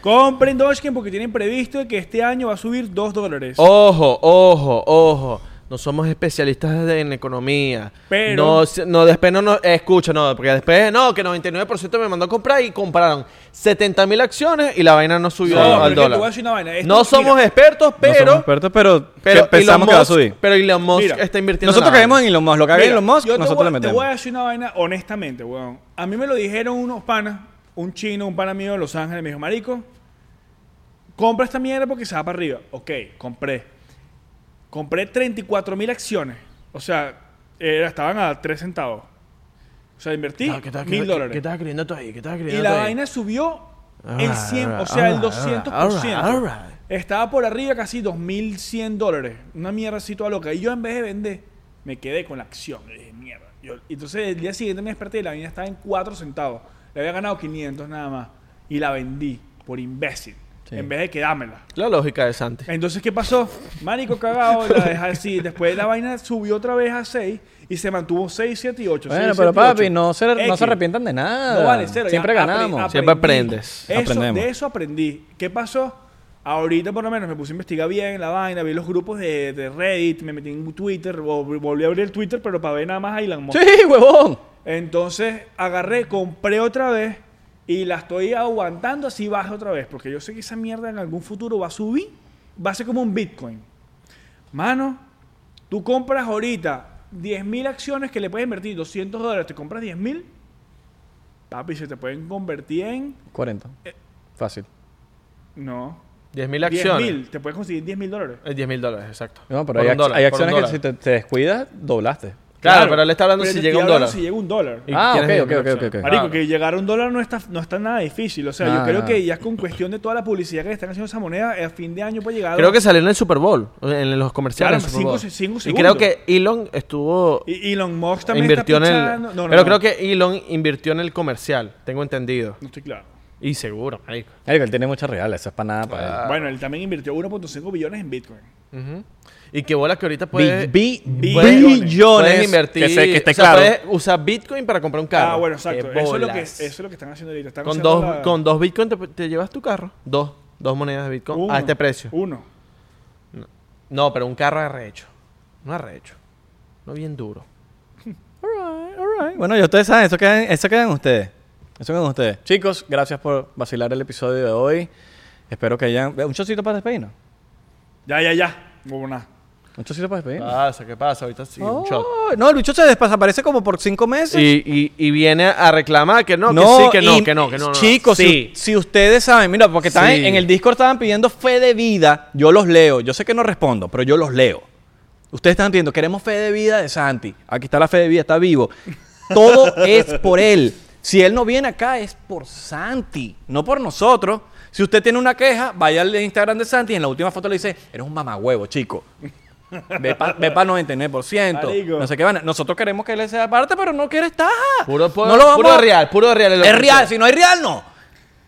Compren Dogecoin porque tienen previsto que este año va a subir 2 dólares. Oh, Ojo, ojo, ojo. No somos especialistas de- en economía. Pero- No, se- no después no nos... Escucha, no, porque después... No, que 99% me mandó a comprar y compraron 70 mil acciones y la vaina no subió No, pero es al que te voy a dólar. decir una vaina. Esto- No somos mira, expertos, Pero, no pero... somos expertos, pero, pero que pensamos Elon que va a Musk- subir. Pero Elon Musk Mira, está invirtiendo Nosotros la vaina. caemos en Elon Musk. Lo que haga mira, Elon Musk, yo te nosotros voy- le Te voy a metemos. decir una vaina honestamente, weón. A mí me lo dijeron unos panas, un chino, un pana mío de Los Ángeles, me dijo, marico, compra esta mierda porque se va para arriba. Ok, compré. Compré 34 mil acciones. O sea, era- estaban a 3 centavos. O sea, invertí Ah, ¿qué estás- mil qué- dólares. ¿Qué estás creyendo tú ahí? ¿Qué estás Y creyendo la tú ahí? vaina subió el Alright, 100, o alright, sea, el alright, 200%. alright, alright. Estaba por arriba casi 2.100 dólares. Una mierda así toda loca. Y yo en vez de vender, me quedé con la acción. Y dije, mierda. Yo- y entonces el día siguiente me desperté y la vaina estaba en 4 centavos. Le había ganado 500 nada más. Y la vendí por imbécil. Sí. En vez de quedármela. La lógica de Santi. Entonces, ¿qué pasó? Marico cagado, la dejé así. Después la vaina subió otra vez a 6 y se mantuvo 6, 7 y 8. Bueno, pero papi, no se, no se arrepientan de nada. No vale cero. Siempre Ah, Ya apre- ganamos. aprendí. Siempre aprendes. Eso- Aprendemos. De eso aprendí. ¿Qué pasó? Ahorita por lo menos me puse a investigar bien la vaina, vi los grupos de, de Reddit, me metí en Twitter, vol- volví a abrir el Twitter, pero para ver nada más a Elon Musk. Sí, huevón. Entonces agarré, compré otra vez y la estoy aguantando así baja otra vez, porque yo sé que esa mierda en algún futuro va a subir, va a ser como un Bitcoin. Mano, tú compras ahorita 10.000 acciones que le puedes invertir 200 dólares, te compras 10.000, papi, se te pueden convertir en... 40. Eh, Fácil. No. 10.000 acciones. 10.000, te puedes conseguir 10.000 dólares. Eh, 10.000 dólares, exacto. No, Por pero hay, un ac- dólar, hay por un acciones que dólar. si te, te descuidas, doblaste. Claro, pero él está hablando pero si te llega estoy un hablando dólar. Si llega un dólar. Y Ah, tienes ok, 10.000 ok, ok, acciones. ok. Marico, Claro. que llegar a un dólar no está, no está nada difícil. O sea, yo Nada, creo nada. que ya con cuestión de toda la publicidad que le están haciendo esa moneda, a fin de año puede llegar a Creo que salió en el Super Bowl, en los Claro, comerciales. del Super cinco Bowl. se- cinco y segundos. creo que Elon estuvo. Y Elon Musk también invirtió en está el. pichando. No, no, pero no. creo que Elon invirtió en el comercial, tengo entendido. No estoy claro. Y seguro, marico. Marico, él tiene muchas reales. Eso es para nada para él. Bueno, él también invirtió 1.5 billones en Bitcoin. Ujú. Y qué bola que ahorita puedes. Bi- bi- puedes- puedes invertir. Que, se- que esté o sea, claro. puedes usar Bitcoin para comprar un carro. Ah, bueno, exacto. Qué Eso es, lo que, bolas. eso es lo que están haciendo ahorita. Están Con haciendo dos, la- con dos Bitcoin te, te llevas tu carro. Dos. Dos monedas de Bitcoin uno, a este precio. Uno. No, pero un carro arrecho. No arrecho. No bien duro. Bueno, ya ustedes saben, eso quedan, eso quedan ustedes. Eso quedan ustedes. Chicos, gracias por vacilar el episodio de hoy. Espero que hayan. Un chocito para despedirnos. Ya, ya, ya. No hubo nada. Un chocito para despedirnos. pasa? ¿Qué pasa? Ahorita sí, Ah, un shot. Oh, no, el bicho se desaparece como por cinco meses. Y, y, y viene a reclamar que no, que sí, que no, y- que no, que no. no. Chicos, sí. si, si ustedes saben, mira, porque estaban Sí. en el Discord estaban pidiendo fe de vida, yo los leo. Yo sé que no respondo, pero yo los leo. Ustedes están pidiendo, queremos fe de vida de Santi. Aquí está la fe de vida, está vivo. Todo es por él. Si él no viene acá es por Santi, no por nosotros. Si usted tiene una queja, vaya al Instagram de Santi y en la última foto le dice, eres un mamagüevo, chico. Ve para 99%. Marico. No sé qué van. Nosotros queremos que él sea parte, pero no quiere estar. Puro, puro, no lo vamos puro a- real, puro real. lo es que real, sea. si no hay real, no.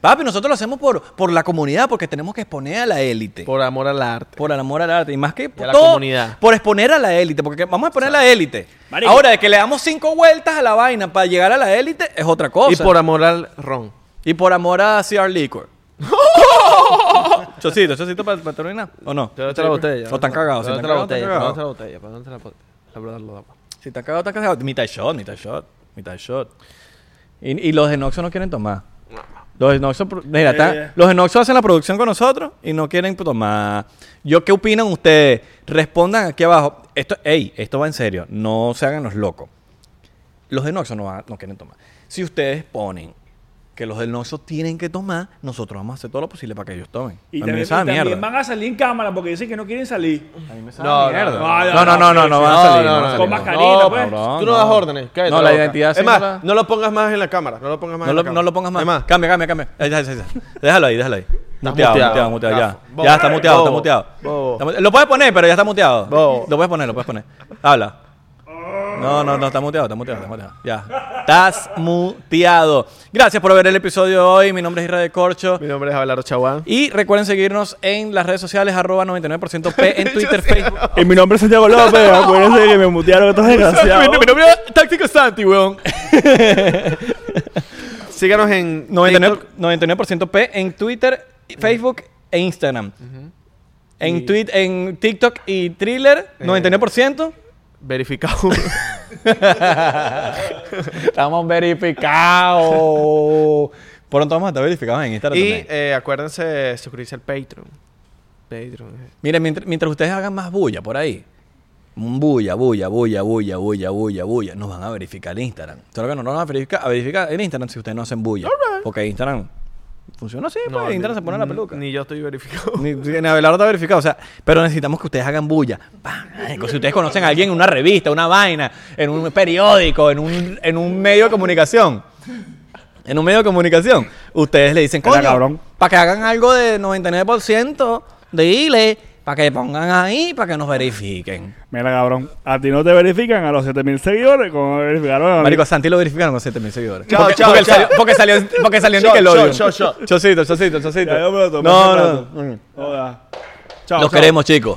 Papi, nosotros lo hacemos por, por la comunidad, porque tenemos que exponer a la élite. Por, Por amor al arte. el amor al arte. Y más que por la comunidad. Por exponer a la élite, porque vamos a exponer a la élite. Marico. Ahora, de que le damos cinco vueltas a la vaina para llegar a la élite es otra cosa. y por amor al ron. y por amor a CR Liquor. chocito, chocito para terminar. ¿O no? Te doy otra botella. O están cagados, si Te doy están otra botella. cagados, Te doy otra están cagados. botella. pa' dónde la botella. La verdad lo damos. Si está cagado, está cagado. Mitad shot, mitad shot, mitad shot. Y, y los de Noxo no quieren tomar. Los de Noxo, pro- mira, Eh. están- los de Noxo hacen la producción con nosotros y no quieren tomar. ¿Yo qué opinan ustedes? Respondan aquí abajo. Esto, ey, esto va en serio. No se hagan los locos. Los de Noxo no, van- no quieren tomar. Si ustedes ponen que los del Noxo tienen que tomar, nosotros vamos a hacer todo lo posible para que ellos tomen. Y a mí también, me y sabe a también mierda. van a salir en cámara porque dicen que no quieren salir. Ah, A mí me sabe No, a mierda. no, no, No, no, no, no, no, no, van a salir. no, van a no, salir, Con no. mascarilla. mascarita, pues. cabrón, Tú no, das no. órdenes. cállate No, la boca. identidad sí Es más, no la- no lo pongas más en la cámara. No lo pongas más No en la lo, no cámara. lo pongas más. Es más, Cambia, cambia, cambia. Ahí, ahí, ahí, ahí. Déjalo ahí, déjalo ahí. Muteado, muteado, muteado, muteado, ya. gafo. Bobo. Ya está muteado, está Bobo. muteado. Bobo. Está mute- Lo puedes poner, pero ya está muteado. Bobo. Lo puedes poner, lo puedes poner. Habla. No, no, no, está muteado, está muteado, está muteado. Ya. Estás muteado. Gracias por ver el episodio de hoy. Mi nombre es Israel Corcho. mi nombre es Abelardo Chaguán. Y recuerden seguirnos en las redes sociales, arroba 99% P en Twitter, Facebook. Y mi nombre es Santiago López. Acuérdense que me mutearon estos desgraciados. Mi nombre es Táctico Santi, weón. Síganos en 99%, 99 P en Twitter, Facebook e Instagram. En, tweet, en TikTok y Thriller, 99%. verificado. Estamos verificados. Pronto vamos a estar verificados en Instagram. y también. eh, acuérdense de suscribirse al Patreon. Patreon. eh. Miren, mientras, mientras ustedes hagan más bulla por ahí. mm, Bulla, bulla, bulla, bulla, bulla, bulla, bulla. Nos van a verificar en Instagram. Solo que no nos van a verificar, a verificar en Instagram si ustedes no hacen bulla. Porque Instagram funciona así, pues. ni- Instagram se pone la peluca. Ni yo estoy verificado. Ni, ni Abelardo está verificado, o sea, pero necesitamos que ustedes hagan bulla. Pam, marico, Si ustedes conocen a alguien en una revista, una vaina, en un periódico, en un, en un medio de comunicación, en un medio de comunicación, ustedes le dicen, Hola, coño, cabrón". para que hagan algo de 99% de ILE, para que pongan ahí, para que nos verifiquen. Mira, cabrón. A ti no te verifican a los 7000 seguidores como me verificaron a mí. Marico, a Santi lo verificaron con 7000 seguidores. Chao, porque, chao, porque chao. salió- porque salió, porque salió en Shot, Nickelodeon. shot, shot, shot. Chocito, chocito, chocito. Ya, yo me lo tomé No, hace no. rato. mm. Joda. Chao, chao. Los queremos, chicos.